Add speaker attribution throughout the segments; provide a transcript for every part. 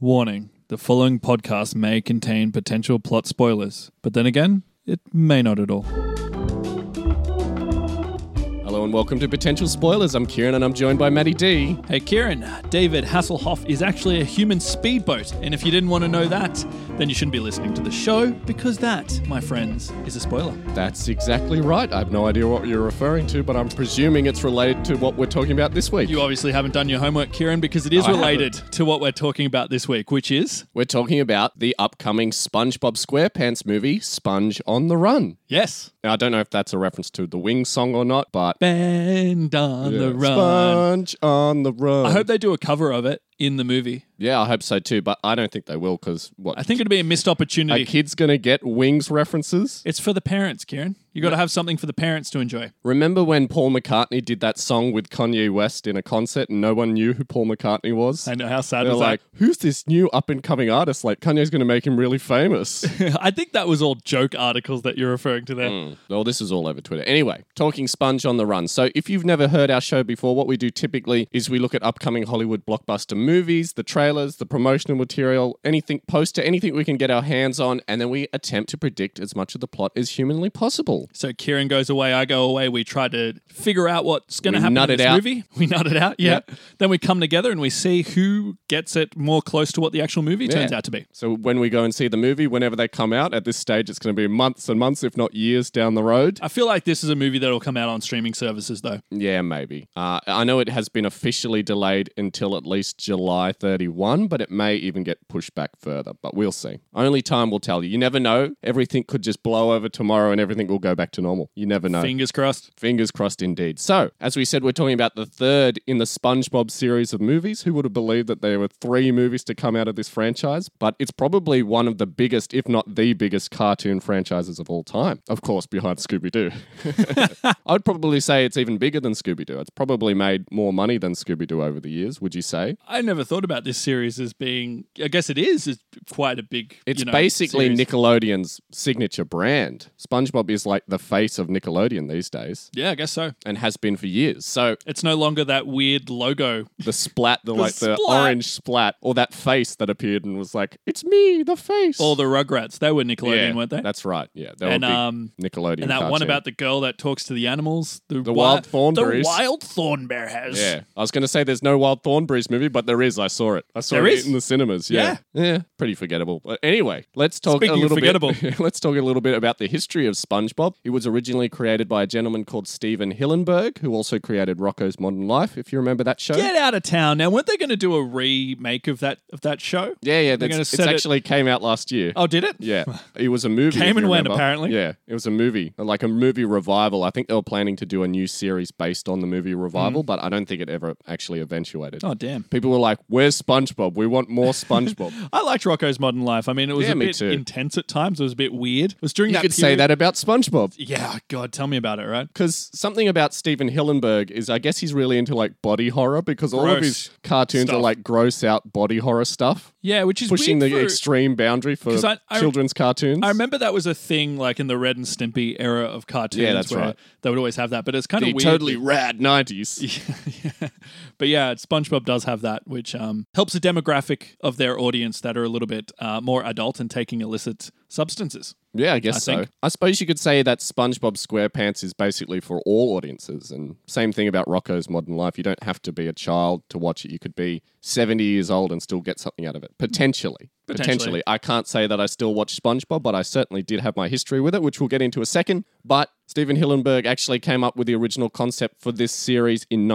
Speaker 1: Warning the following podcast may contain potential plot spoilers, but then again, it may not at all.
Speaker 2: Hello and welcome to Potential Spoilers. I'm Kieran and I'm joined by Maddie D.
Speaker 1: Hey, Kieran, David Hasselhoff is actually a human speedboat, and if you didn't want to know that, then you shouldn't be listening to the show because that, my friends, is a spoiler.
Speaker 2: That's exactly right. I have no idea what you're referring to, but I'm presuming it's related to what we're talking about this week.
Speaker 1: You obviously haven't done your homework, Kieran, because it is
Speaker 2: I
Speaker 1: related to what we're talking about this week, which is,
Speaker 2: We're talking about the upcoming SpongeBob SquarePants movie, Sponge on the Run.
Speaker 1: yes,
Speaker 2: Now, I don't know if that's a reference to the Wings song or not, but
Speaker 1: Band on the Run.
Speaker 2: Sponge on the Run.
Speaker 1: I hope they do a cover of it in the movie.
Speaker 2: yeah, I hope so too, but I don't think they will because what?
Speaker 1: I think it'd be a missed
Speaker 2: are
Speaker 1: opportunity.
Speaker 2: kids going to get Wings references?
Speaker 1: It's for the parents, Kieran. You got to have something for the parents to enjoy.
Speaker 2: Remember when Paul McCartney did that song with Kanye West in a concert and no one knew who Paul McCartney was?
Speaker 1: I know how sad
Speaker 2: They're
Speaker 1: was that?
Speaker 2: like, who's this new up and coming artist? Like, Kanye's going to make him really famous.
Speaker 1: I think that was all joke articles that you're referring to there.
Speaker 2: well, this is all over Twitter. Anyway, talking sponge on the run. So, if you've never heard our show before, what we do typically is we look at upcoming Hollywood blockbuster movies, the trailers, the promotional material, anything poster, anything we can get our hands on, and then we attempt to predict as much of the plot as humanly possible.
Speaker 1: So Kieran goes away, I go away. We try to figure out what's going to
Speaker 2: We
Speaker 1: happen
Speaker 2: nut
Speaker 1: in
Speaker 2: it
Speaker 1: this
Speaker 2: out.
Speaker 1: movie. We nut it out, yeah. Then we come together and we see who gets it more close to what the actual movie turns
Speaker 2: Yeah.
Speaker 1: out to be.
Speaker 2: So when we go and see the movie, whenever they come out, at this stage, it's going to be months and months, if not years, down the road.
Speaker 1: I feel like this is a movie that'll come out on streaming services, though.
Speaker 2: Yeah, maybe. Uh, I know it has been officially delayed until at least July 31, but it may even get pushed back further. But we'll see. Only time will tell you. You never know. Everything could just blow over tomorrow, and everything will go back to normal. You never know.
Speaker 1: Fingers crossed.
Speaker 2: Fingers crossed indeed. So, as we said, we're talking about the third in the SpongeBob series of movies. Who would have believed that there were three movies to come out of this franchise? But it's probably one of the biggest, if not the biggest, cartoon franchises of all time. Of course, behind Scooby Doo. I would probably say it's even bigger than Scooby Doo. It's probably made more money than Scooby Doo over the years, would you say?
Speaker 1: I never thought about this series as being. I guess it is. It's quite a big.
Speaker 2: It's
Speaker 1: you know,
Speaker 2: basically
Speaker 1: series.
Speaker 2: Nickelodeon's signature brand. SpongeBob is like the face of Nickelodeon these days
Speaker 1: Yeah, I guess so.
Speaker 2: and has been for years. So,
Speaker 1: It's no longer that weird logo.
Speaker 2: the splat, the, like the
Speaker 1: splat.
Speaker 2: orange splat, or that face that appeared and was like, "It's me, the face."
Speaker 1: All the Rugrats. They were Nickelodeon,
Speaker 2: yeah,
Speaker 1: weren't they?
Speaker 2: That's right. Yeah, they
Speaker 1: And,
Speaker 2: were big
Speaker 1: um,
Speaker 2: Nickelodeon.
Speaker 1: And that one
Speaker 2: cartoon.
Speaker 1: about the girl that talks to the animals. The, wi-
Speaker 2: wild thornberries.
Speaker 1: The wild thornberry has.
Speaker 2: Yeah, I was going to say there's no Wild Thornberries movie, but there is. I saw it. I saw
Speaker 1: There
Speaker 2: it
Speaker 1: is?
Speaker 2: in the cinemas. Yeah. yeah, pretty forgettable. But anyway, let's talk
Speaker 1: Speaking
Speaker 2: a
Speaker 1: of
Speaker 2: little
Speaker 1: forgettable.
Speaker 2: bit. let's talk a little bit about the history of SpongeBob. It was originally created by a gentleman called Steven Hillenberg, who also created Rocco's Modern Life. If you remember that show,
Speaker 1: Get out of town now. Weren't they going to do a remake of that of that show?
Speaker 2: yeah, yeah.
Speaker 1: gonna
Speaker 2: That's, it's
Speaker 1: set it-
Speaker 2: actually came out last year.
Speaker 1: Oh, did it?
Speaker 2: Yeah, it was a movie.
Speaker 1: Came
Speaker 2: if you
Speaker 1: and went,
Speaker 2: remember.
Speaker 1: apparently.
Speaker 2: Yeah, it was a movie, like a movie revival. I think they were planning to do a new series based on the movie revival, but I don't think it ever actually eventuated.
Speaker 1: Mm. Oh, damn.
Speaker 2: People were like, "Where's SpongeBob? We want more SpongeBob."
Speaker 1: I liked Rocco's Modern Life. I mean, it was
Speaker 2: Yeah,
Speaker 1: a
Speaker 2: me
Speaker 1: bit
Speaker 2: too.
Speaker 1: intense at times. It was a bit weird. It was during
Speaker 2: you
Speaker 1: that
Speaker 2: could say
Speaker 1: period-
Speaker 2: that about SpongeBob.
Speaker 1: Yeah, God, tell me about it, right?
Speaker 2: Because something about Steven Hillenberg is, I guess he's really into like body horror because all of
Speaker 1: Gross
Speaker 2: his cartoons are
Speaker 1: stuff.
Speaker 2: like gross out body horror stuff,
Speaker 1: Yeah, which is
Speaker 2: pushing the
Speaker 1: weird for-
Speaker 2: extreme boundary for
Speaker 1: 'Cause I- I-
Speaker 2: children's cartoons.
Speaker 1: I remember that was a thing like in the Red and Stimpy era of cartoons.
Speaker 2: Yeah, that's
Speaker 1: where
Speaker 2: right.
Speaker 1: They would always have that, but it's kind
Speaker 2: the
Speaker 1: of weird.
Speaker 2: totally rad nineties.
Speaker 1: yeah. But yeah, SpongeBob does have that, which um, helps a demographic of their audience that are a little bit uh, more adult and taking illicit substances.
Speaker 2: Yeah, I guess
Speaker 1: I
Speaker 2: so.
Speaker 1: think.
Speaker 2: I suppose you could say that SpongeBob SquarePants is basically for all audiences. And same thing about Rocco's Modern Life. You don't have to be a child to watch it. You could be 70 years old and still get something out of it. Potentially.
Speaker 1: Potentially.
Speaker 2: I can't say that I still watch SpongeBob, but I certainly did have my history with it, which we'll get into a second. But Steven Hillenberg actually came up with the original concept for this series in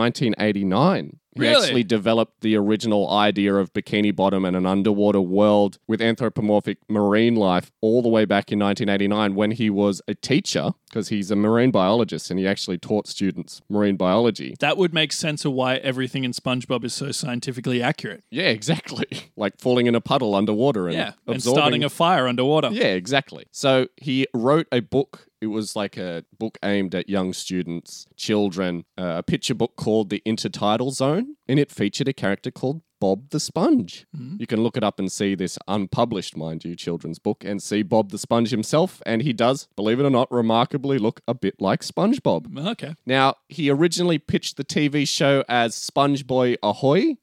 Speaker 2: 1989. He
Speaker 1: Really?
Speaker 2: actually developed the original idea of Bikini Bottom and an underwater world with anthropomorphic marine life all the way back in 1989 when he was a teacher, because he's a marine biologist and he actually taught students marine biology.
Speaker 1: That would make sense of why everything in SpongeBob is so scientifically accurate.
Speaker 2: Yeah, exactly. like falling in a puddle underwater and
Speaker 1: Yeah, and
Speaker 2: absorbing
Speaker 1: starting a fire underwater.
Speaker 2: Yeah, exactly. So he wrote a book. It was like a book aimed at young students, children, uh, a picture book called The Intertidal Zone, and it featured a character called Bob the Sponge. You can look it up and see this unpublished, mind you, children's book and see Bob the Sponge himself. And he does, believe it or not, remarkably look a bit like SpongeBob.
Speaker 1: Okay.
Speaker 2: Now, he originally pitched the TV show as SpongeBoy Ahoy,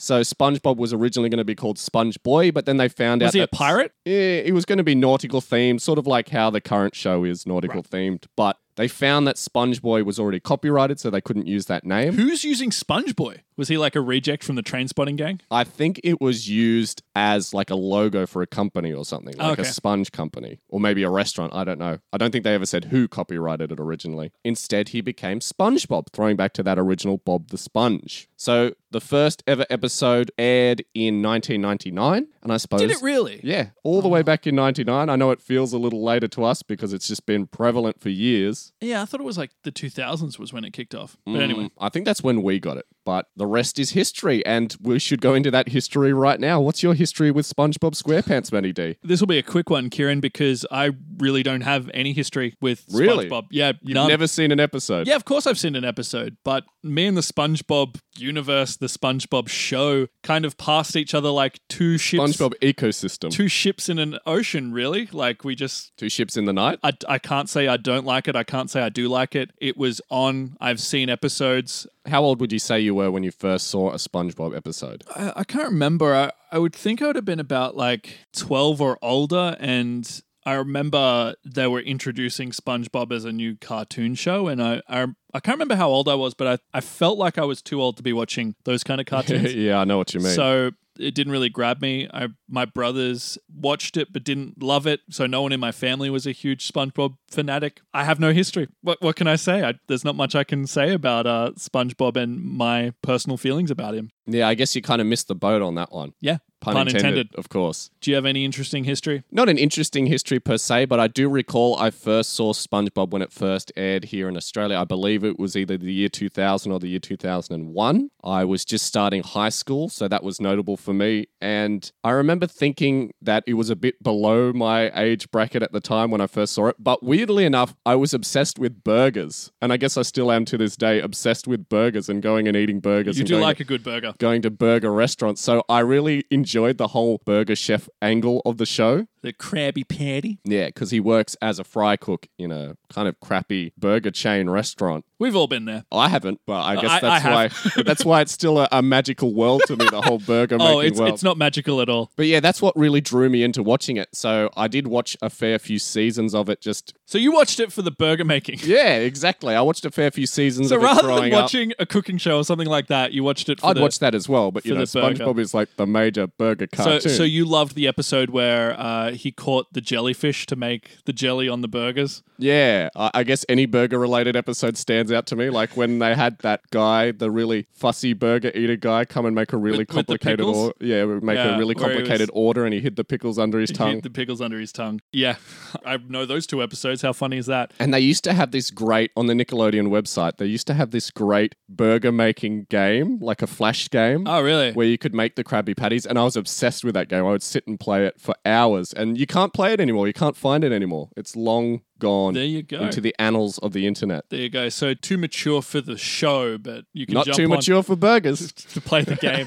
Speaker 2: so SpongeBob was originally going to be called Sponge Boy, but then they found out
Speaker 1: Was he a
Speaker 2: that-
Speaker 1: pirate?
Speaker 2: Yeah, it was going to be nautical themed, sort of like how the current show is nautical themed. But they found that SpongeBoy was already copyrighted, so they couldn't use that name.
Speaker 1: Who's using SpongeBoy? Was he like a reject from the train spotting gang?
Speaker 2: I think it was used as like a logo for a company or something, like
Speaker 1: Okay.
Speaker 2: a sponge company, or maybe a restaurant. I don't know. I don't think they ever said who copyrighted it originally. Instead, he became SpongeBob, throwing back to that original Bob the Sponge. So the first ever episode aired in 1999, and I suppose
Speaker 1: Did it really? Oh.
Speaker 2: yeah, all the way back in 99. I know it feels a little later to us because it's just been prevalent for years.
Speaker 1: Yeah, I thought it was like the 2000s was when it kicked off. But anyway,
Speaker 2: Mm, I think that's when we got it. But the rest is history, and we should go into that history right now. What's your history with SpongeBob SquarePants, Matty D?
Speaker 1: this will be a quick one, Kieran, because I really don't have any history with
Speaker 2: Really?
Speaker 1: SpongeBob. Yeah,
Speaker 2: You've
Speaker 1: none.
Speaker 2: never seen an episode.
Speaker 1: Um, Yeah, of course I've seen an episode, but me and the SpongeBob universe, the SpongeBob show, kind of passed each other like two ships,
Speaker 2: SpongeBob ecosystem. Two-,
Speaker 1: two ships in an ocean. Really, like we just.
Speaker 2: ships in the night.
Speaker 1: I, I can't say I don't like it. I can't say I do like it. It was on. I've seen episodes.
Speaker 2: How old would you say you were when you first saw a SpongeBob episode?
Speaker 1: I, I can't remember. I, I would think I would have been about like 12 or older. And I remember they were introducing SpongeBob as a new cartoon show. And I, I, I can't remember how old I was, but I, I felt like I was too old to be watching those kind of cartoons.
Speaker 2: yeah, I know what you mean.
Speaker 1: So it didn't really grab me. I my brothers watched it but didn't love it. So no one in my family was a huge SpongeBob fanatic. I have no history. What what can I say? I, there's not much I can say about uh, SpongeBob and my personal feelings about him.
Speaker 2: yeah, I guess you kind of missed the boat on that one.
Speaker 1: Yeah.
Speaker 2: Pun,
Speaker 1: Pun
Speaker 2: intended,
Speaker 1: intended.
Speaker 2: of course.
Speaker 1: Do you have any interesting history?
Speaker 2: not an interesting history per se, but I do recall I first saw SpongeBob when it first aired here in Australia. I believe it was either the year 2000 or the year 2001. I was just starting high school, so that was notable for me. And I remember thinking that it was a bit below my age bracket at the time when I first saw it. But weirdly enough, I was obsessed with burgers. And I guess I still am to this day obsessed with burgers and going and eating burgers.
Speaker 1: You
Speaker 2: and
Speaker 1: do
Speaker 2: going
Speaker 1: like a good burger.
Speaker 2: Going to burger restaurants. So I really enjoyed the whole burger chef angle of the show.
Speaker 1: The Krabby Patty.
Speaker 2: Yeah, because he works as a fry cook in a kind of crappy burger chain restaurant.
Speaker 1: We've all been there.
Speaker 2: I haven't, but I guess
Speaker 1: I-
Speaker 2: that's
Speaker 1: I
Speaker 2: why that's why it's still a, a magical world to me. The whole burger
Speaker 1: Oh,
Speaker 2: making
Speaker 1: it's,
Speaker 2: world.
Speaker 1: it's not magical at all.
Speaker 2: but yeah, that's what really drew me into watching it. So I did watch a fair few seasons of it. Just
Speaker 1: So you watched it for the burger making.
Speaker 2: yeah, exactly. I watched a fair few seasons
Speaker 1: So
Speaker 2: of it
Speaker 1: rather
Speaker 2: growing
Speaker 1: than
Speaker 2: up.
Speaker 1: watching a cooking show or something like that, you watched it for
Speaker 2: I'd
Speaker 1: the
Speaker 2: watch that as well, but you
Speaker 1: for
Speaker 2: know,
Speaker 1: the burger.
Speaker 2: SpongeBob is like the major burger
Speaker 1: So,
Speaker 2: cartoon.
Speaker 1: so you loved the episode where uh, he caught the jellyfish to make the jelly on the burgers.
Speaker 2: Yeah, I I guess any burger related episode stands out to me. Like when they had that guy, the really fussy burger eater guy, come and make a really
Speaker 1: With- with the
Speaker 2: complicated
Speaker 1: pickles?
Speaker 2: order. Yeah, make
Speaker 1: Yeah,
Speaker 2: a really
Speaker 1: where he was-
Speaker 2: complicated order and he hid the pickles under his
Speaker 1: He
Speaker 2: tongue.
Speaker 1: hid the pickles under his tongue. Yeah, I know those two episodes. How funny is that?
Speaker 2: And they used to have this great on the Nickelodeon website. They used to have this great burger making game, like a flash game.
Speaker 1: Oh, really?
Speaker 2: Where you could make the Krabby Patties, and I was obsessed with that game. I would sit and play it for hours, and you can't play it anymore. You can't find it anymore. It's long gone
Speaker 1: There you go.
Speaker 2: into the annals of the internet.
Speaker 1: there you go. So too mature for the show, but you can
Speaker 2: Not
Speaker 1: jump
Speaker 2: too
Speaker 1: on
Speaker 2: mature for burgers.
Speaker 1: to play the game.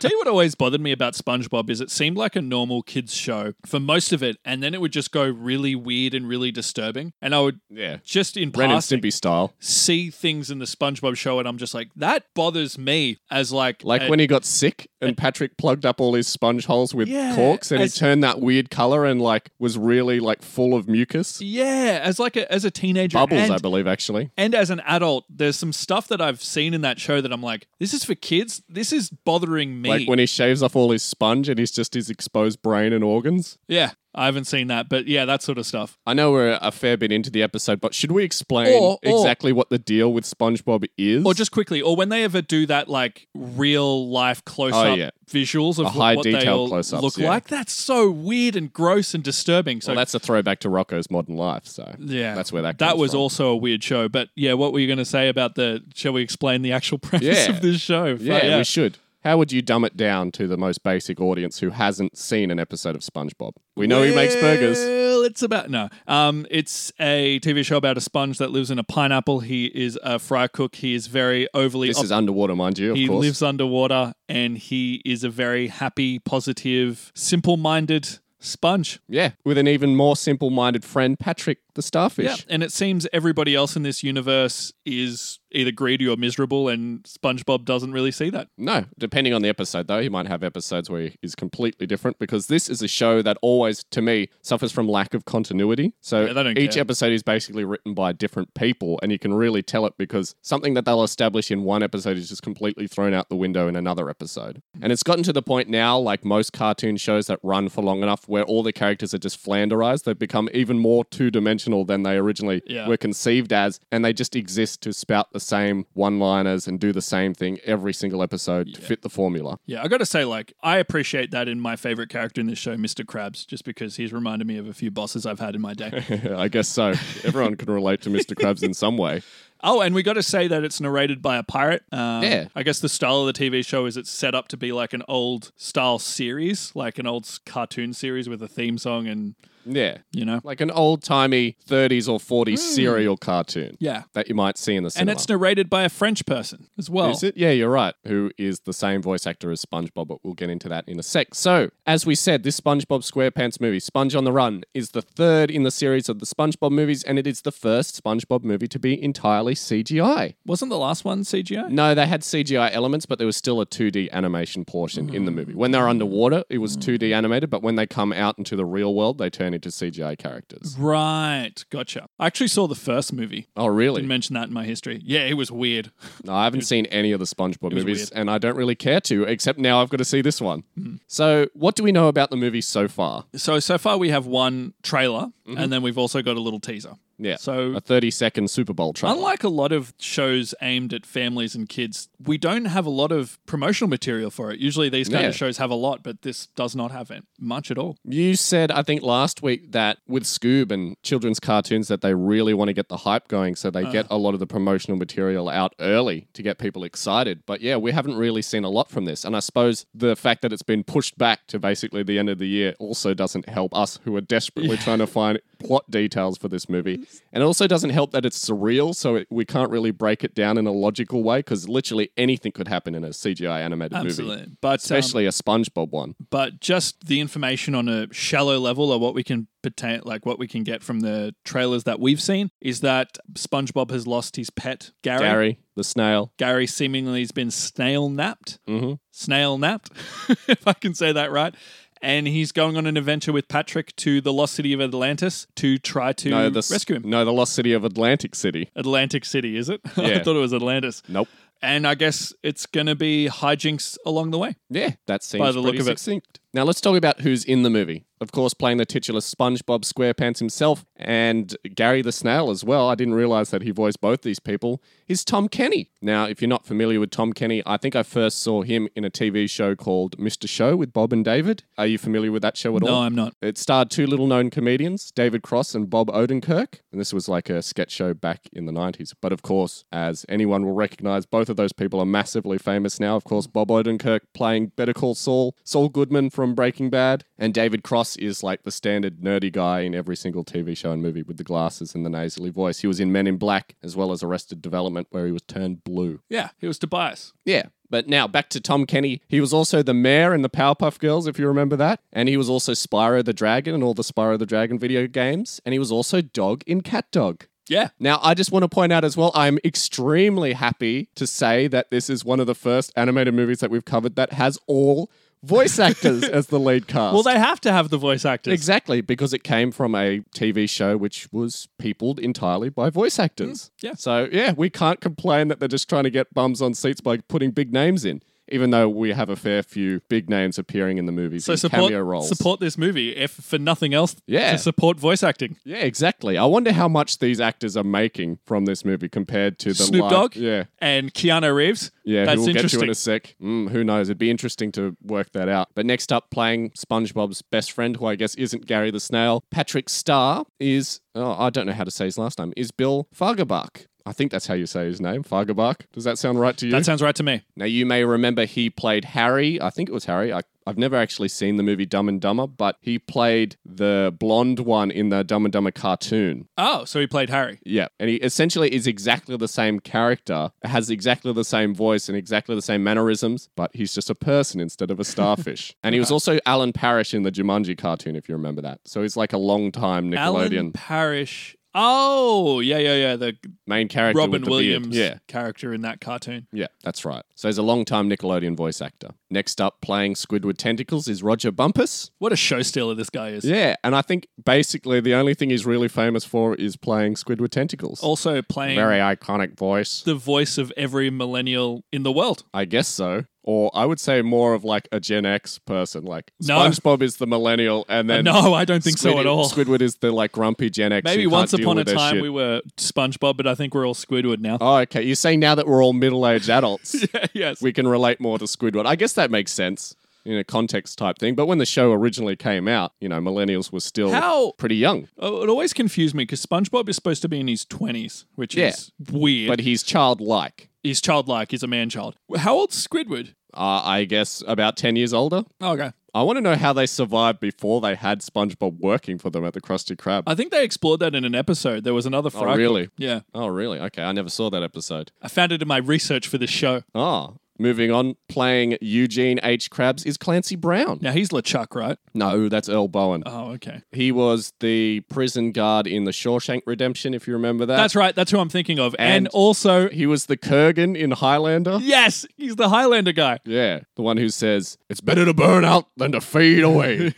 Speaker 1: Tell you what always bothered me about SpongeBob is it seemed like a normal kids show for most of it, and then it would just go really weird and really disturbing. And I would
Speaker 2: Yeah.
Speaker 1: just in
Speaker 2: Ren and
Speaker 1: passing
Speaker 2: Stimpy style.
Speaker 1: see things in the SpongeBob show, and I'm just like, that bothers me as like
Speaker 2: Like
Speaker 1: a-
Speaker 2: when he got sick and Patrick plugged up all his sponge holes with
Speaker 1: Yeah,
Speaker 2: corks and he
Speaker 1: as-
Speaker 2: turned that weird color and like was really like full of mucus.
Speaker 1: Yeah, as like a as a teenager
Speaker 2: Bubbles, I
Speaker 1: and,
Speaker 2: believe, actually.
Speaker 1: and as an adult, there's some stuff that I've seen in that show that I'm like, this is for kids. This is bothering me.
Speaker 2: Like when he shaves off all his sponge and he's just his exposed brain and organs.
Speaker 1: yeah, I haven't seen that, but yeah, that sort of stuff.
Speaker 2: I know we're a fair bit into the episode, but should we explain
Speaker 1: Or- or-
Speaker 2: exactly what the deal with SpongeBob is?
Speaker 1: Or just quickly, or when they ever do that like real life close up
Speaker 2: Oh, yeah.
Speaker 1: visuals of
Speaker 2: The
Speaker 1: what-
Speaker 2: high
Speaker 1: what they
Speaker 2: detail
Speaker 1: all
Speaker 2: close-ups,
Speaker 1: look
Speaker 2: yeah.
Speaker 1: like, that's so weird and gross and disturbing. So
Speaker 2: well, that's a throwback to Rocco's modern life. So
Speaker 1: yeah,
Speaker 2: that's where that
Speaker 1: that
Speaker 2: comes
Speaker 1: was
Speaker 2: from.
Speaker 1: also a weird show. But yeah, what were you going to say about the? Shall we explain the actual premise
Speaker 2: Yeah.
Speaker 1: of this show? Fuck
Speaker 2: Yeah, we should. How would you dumb it down to the most basic audience who hasn't seen an episode of SpongeBob? We know he makes burgers.
Speaker 1: Well, it's about no. Um, it's a TV show about a sponge that lives in a pineapple. He is a fry cook. He is very overly.
Speaker 2: This is underwater, mind you, of
Speaker 1: he
Speaker 2: course.
Speaker 1: lives underwater, and he is a very happy, positive, simple-minded sponge.
Speaker 2: yeah, with an even more simple minded friend, Patrick the
Speaker 1: Yeah,
Speaker 2: starfish.
Speaker 1: and it seems everybody else in this universe is either greedy or miserable, and SpongeBob doesn't really see that.
Speaker 2: No, depending on the episode, though, he might have episodes where he is completely different because this is a show that always, to me, suffers from lack of continuity. So
Speaker 1: Yeah, they don't
Speaker 2: each
Speaker 1: care.
Speaker 2: episode is basically written by different people, and you can really tell it because something that they'll establish in one episode is just completely thrown out the window in another episode. And it's gotten to the point now, like most cartoon shows that run for long enough, where all the characters are just flanderized. They've become even more two dimensional than they originally
Speaker 1: Yeah.
Speaker 2: were conceived as, and they just exist to spout the same one liners and do the same thing every single episode to fit the formula.
Speaker 1: Yeah, I got to say, like, I appreciate that in my favorite character in this show, Mr. Krabs, just because he's reminded me of a few bosses I've had in my day.
Speaker 2: I guess so. Everyone can relate to Mr. Krabs in some way.
Speaker 1: oh, and we got to say that it's narrated by a pirate. Um,
Speaker 2: Yeah.
Speaker 1: I guess the style of the TV show is it's set up to be like an old style series, like an old s- cartoon series with a theme song and,
Speaker 2: Yeah.
Speaker 1: you know.
Speaker 2: Like an old timey 30s or 40s serial cartoon
Speaker 1: Hmm. Yeah.
Speaker 2: that you might see in the
Speaker 1: And
Speaker 2: cinema.
Speaker 1: it's narrated by a French person as well.
Speaker 2: Is it? Yeah, you're right. Who is the same voice actor as SpongeBob, but we'll get into that in a sec. So, as we said, this SpongeBob SquarePants movie, Sponge on the Run, is the third in the series of the SpongeBob movies, and it is the first SpongeBob movie to be entirely CGI.
Speaker 1: Wasn't the last one CGI?
Speaker 2: No, they had CGI elements, but there was still a 2D animation portion in the movie. When they're
Speaker 1: Hmm.
Speaker 2: underwater, it was 2D animated, but when they come out into the real world, they turn into CGI characters.
Speaker 1: Right. Gotcha. I actually saw the first movie.
Speaker 2: Oh,
Speaker 1: Didn't
Speaker 2: really?
Speaker 1: mention that in my history. Yeah, it was weird.
Speaker 2: No, I haven't seen any of the SpongeBob
Speaker 1: was
Speaker 2: movies,
Speaker 1: weird. Hmm.
Speaker 2: and I don't really care to, except now I've got to see this one. So, what do we know about the movie so far?
Speaker 1: So so far we have one trailer,
Speaker 2: Mm-hmm.
Speaker 1: and then we've also got a little teaser.
Speaker 2: Yeah.
Speaker 1: So-
Speaker 2: a 30 second Super Bowl trailer.
Speaker 1: Unlike a lot of shows aimed at families and kids, we don't have a lot of promotional material for it. Usually these kind
Speaker 2: Yeah.
Speaker 1: of shows have a lot, but this does not have it much at all.
Speaker 2: You said, I think last week, that with Scoob and children's cartoons, that they really want to get the hype going. So they
Speaker 1: Uh.
Speaker 2: get a lot of the promotional material out early to get people excited. But yeah, we haven't really seen a lot from this. And I suppose the fact that it's been pushed back to basically the end of the year also doesn't help us who are desperately trying to find plot details for this movie. And it also doesn't help that it's surreal. So it, we can't really break it down in a logical way because literally anything could happen in a CGI animated movie,
Speaker 1: Absolutely. But um,
Speaker 2: especially a SpongeBob one.
Speaker 1: but just the information on a shallow level or what we can pertain like what we can get from the trailers that we've seen is that SpongeBob has lost his pet Gary. Gary,
Speaker 2: Gary, the snail.
Speaker 1: seemingly has been snail napped.
Speaker 2: Mm-hmm.
Speaker 1: Snail napped, if I can say that right. And he's going on an adventure with Patrick to the lost city of Atlantis to try to
Speaker 2: No, the s-
Speaker 1: rescue him.
Speaker 2: No, the lost city of Atlantic City.
Speaker 1: Atlantic City, is it?
Speaker 2: Yeah.
Speaker 1: I thought it was Atlantis.
Speaker 2: Nope.
Speaker 1: And I guess it's going to be hijinks along the way.
Speaker 2: Yeah, that seems
Speaker 1: By the
Speaker 2: pretty
Speaker 1: look of it.
Speaker 2: succinct. Now let's talk about who's in the movie. Of course, playing the titular SpongeBob SquarePants himself and Gary the Snail as well. I didn't realize that he voiced both these people. Is Tom Kenny. Now, if you're not familiar with Tom Kenny, I think I first saw him in a TV show called Mr. Show with Bob and David. Are you familiar with that show at all?
Speaker 1: No, I'm not.
Speaker 2: It starred two little known comedians, David Cross and Bob Odenkirk. And this was like a sketch show back in the 90s. But of course, as anyone will recognize, both of those people are massively famous now. Of course, Bob Odenkirk playing Better Call Saul, Saul Goodman from Breaking Bad. And David Cross is like the standard nerdy guy in every single TV show and movie with the glasses and the nasally voice. He was in Men in Black as well as Arrested Development, where he was turned blue.
Speaker 1: Yeah, he was Tobias.
Speaker 2: Yeah. But now back to Tom Kenny. He was also the mayor in the Powerpuff Girls, if you remember that. And he was also Spyro the Dragon and all the Spyro the Dragon video games. And he was also Dog in Cat Dog.
Speaker 1: Yeah.
Speaker 2: Now, I just want to point out as well, I'm extremely happy to say that this is one of the first animated movies that we've covered that has all voice actors as the lead cast.
Speaker 1: Well, they have to have the voice actors.
Speaker 2: Exactly, because it came from a TV show which was peopled entirely by voice actors.
Speaker 1: Mm, yeah.
Speaker 2: So, yeah, we can't complain that they're just trying to get bums on seats by putting big names in, even though we have a fair few big names appearing in the movies
Speaker 1: So
Speaker 2: in
Speaker 1: support
Speaker 2: cameo roles.
Speaker 1: support this movie if for nothing else.
Speaker 2: Yeah.
Speaker 1: to support voice acting.
Speaker 2: Yeah, exactly. I wonder how much these actors are making from this movie compared to the
Speaker 1: Snoop
Speaker 2: lar-
Speaker 1: Dogg,
Speaker 2: Yeah.
Speaker 1: and Keanu Reeves.
Speaker 2: Yeah,
Speaker 1: that's
Speaker 2: who we'll get to
Speaker 1: interesting.
Speaker 2: in a sec. Mm, who knows? It'd be interesting to work that out. But next up, playing SpongeBob's best friend, who I guess isn't Gary the Snail, Patrick Starr is, oh, I don't know how to say his last name, is Bill Fargerbach. I think that's how you say his name, Fargerbach. Does that sound right to you?
Speaker 1: that sounds right to me.
Speaker 2: now, you may remember he played Harry. I think it was Harry. I, I've never actually seen the movie Dumb and Dumber, but he played the blonde one in the Dumb and Dumber cartoon.
Speaker 1: Oh, so he played Harry.
Speaker 2: Yeah, and he essentially is exactly the same character, has exactly the same voice and exactly the same mannerisms, but he's just a person instead of a starfish. and he was also Alan Parrish in the Jumanji cartoon, if you remember that. So he's like a long time Nickelodeon.
Speaker 1: Alan Parrish. Oh, yeah, yeah, yeah. The
Speaker 2: main character.
Speaker 1: Robin
Speaker 2: with the beard.
Speaker 1: Williams
Speaker 2: Yeah,
Speaker 1: character in that cartoon.
Speaker 2: yeah, that's right. So he's a long-time Nickelodeon voice actor. Next up, playing Squidward tentacles is Roger Bumpus.
Speaker 1: What a show stealer this guy is.
Speaker 2: Yeah, and I think basically the only thing he's really famous for is playing Squidward tentacles.
Speaker 1: Also playing
Speaker 2: Very iconic voice.
Speaker 1: the voice of every millennial in the world.
Speaker 2: I guess so. Or I would say more of like a Gen X person. Like
Speaker 1: No.
Speaker 2: SpongeBob is the millennial, and then
Speaker 1: no, I don't think so at
Speaker 2: Squid-
Speaker 1: all.
Speaker 2: Squidward is the like grumpy Gen X.
Speaker 1: Maybe
Speaker 2: who can't
Speaker 1: once
Speaker 2: deal
Speaker 1: upon a
Speaker 2: with their
Speaker 1: time
Speaker 2: shit.
Speaker 1: we were SpongeBob, but I think we're all Squidward now.
Speaker 2: Oh, okay. You're saying now that we're all middle-aged adults,
Speaker 1: yes.
Speaker 2: we can relate more to Squidward. I guess that makes sense in a context type thing. But when the show originally came out, you know, millennials were still
Speaker 1: How?
Speaker 2: pretty young.
Speaker 1: Oh, it always confused me because SpongeBob is supposed to be in his 20s, which
Speaker 2: Yeah.
Speaker 1: is weird.
Speaker 2: But he's childlike.
Speaker 1: he's childlike, he's a man child. How old's Squidward?
Speaker 2: Uh, I guess about 10 years older.
Speaker 1: Oh, okay.
Speaker 2: I want to know how they survived before they had SpongeBob working for them at the Krusty Krab.
Speaker 1: I think they explored that in an episode. There was another Frog.
Speaker 2: oh, really?
Speaker 1: Yeah.
Speaker 2: Oh, really? Okay, I never saw that episode.
Speaker 1: I found it in my research for this show.
Speaker 2: Ah, moving on, playing Eugene H. Krabs is Clancy Brown.
Speaker 1: Now he's LeChuck, right?
Speaker 2: No, that's Earl Bowen.
Speaker 1: Oh, okay.
Speaker 2: He was the prison guard in The Shawshank Redemption, if you remember that.
Speaker 1: That's right. That's who I'm thinking of. And,
Speaker 2: And-
Speaker 1: also,
Speaker 2: he was the Kurgan in Highlander.
Speaker 1: yes, he's the Highlander guy.
Speaker 2: Yeah, the one who says, It's better to burn out than to fade away.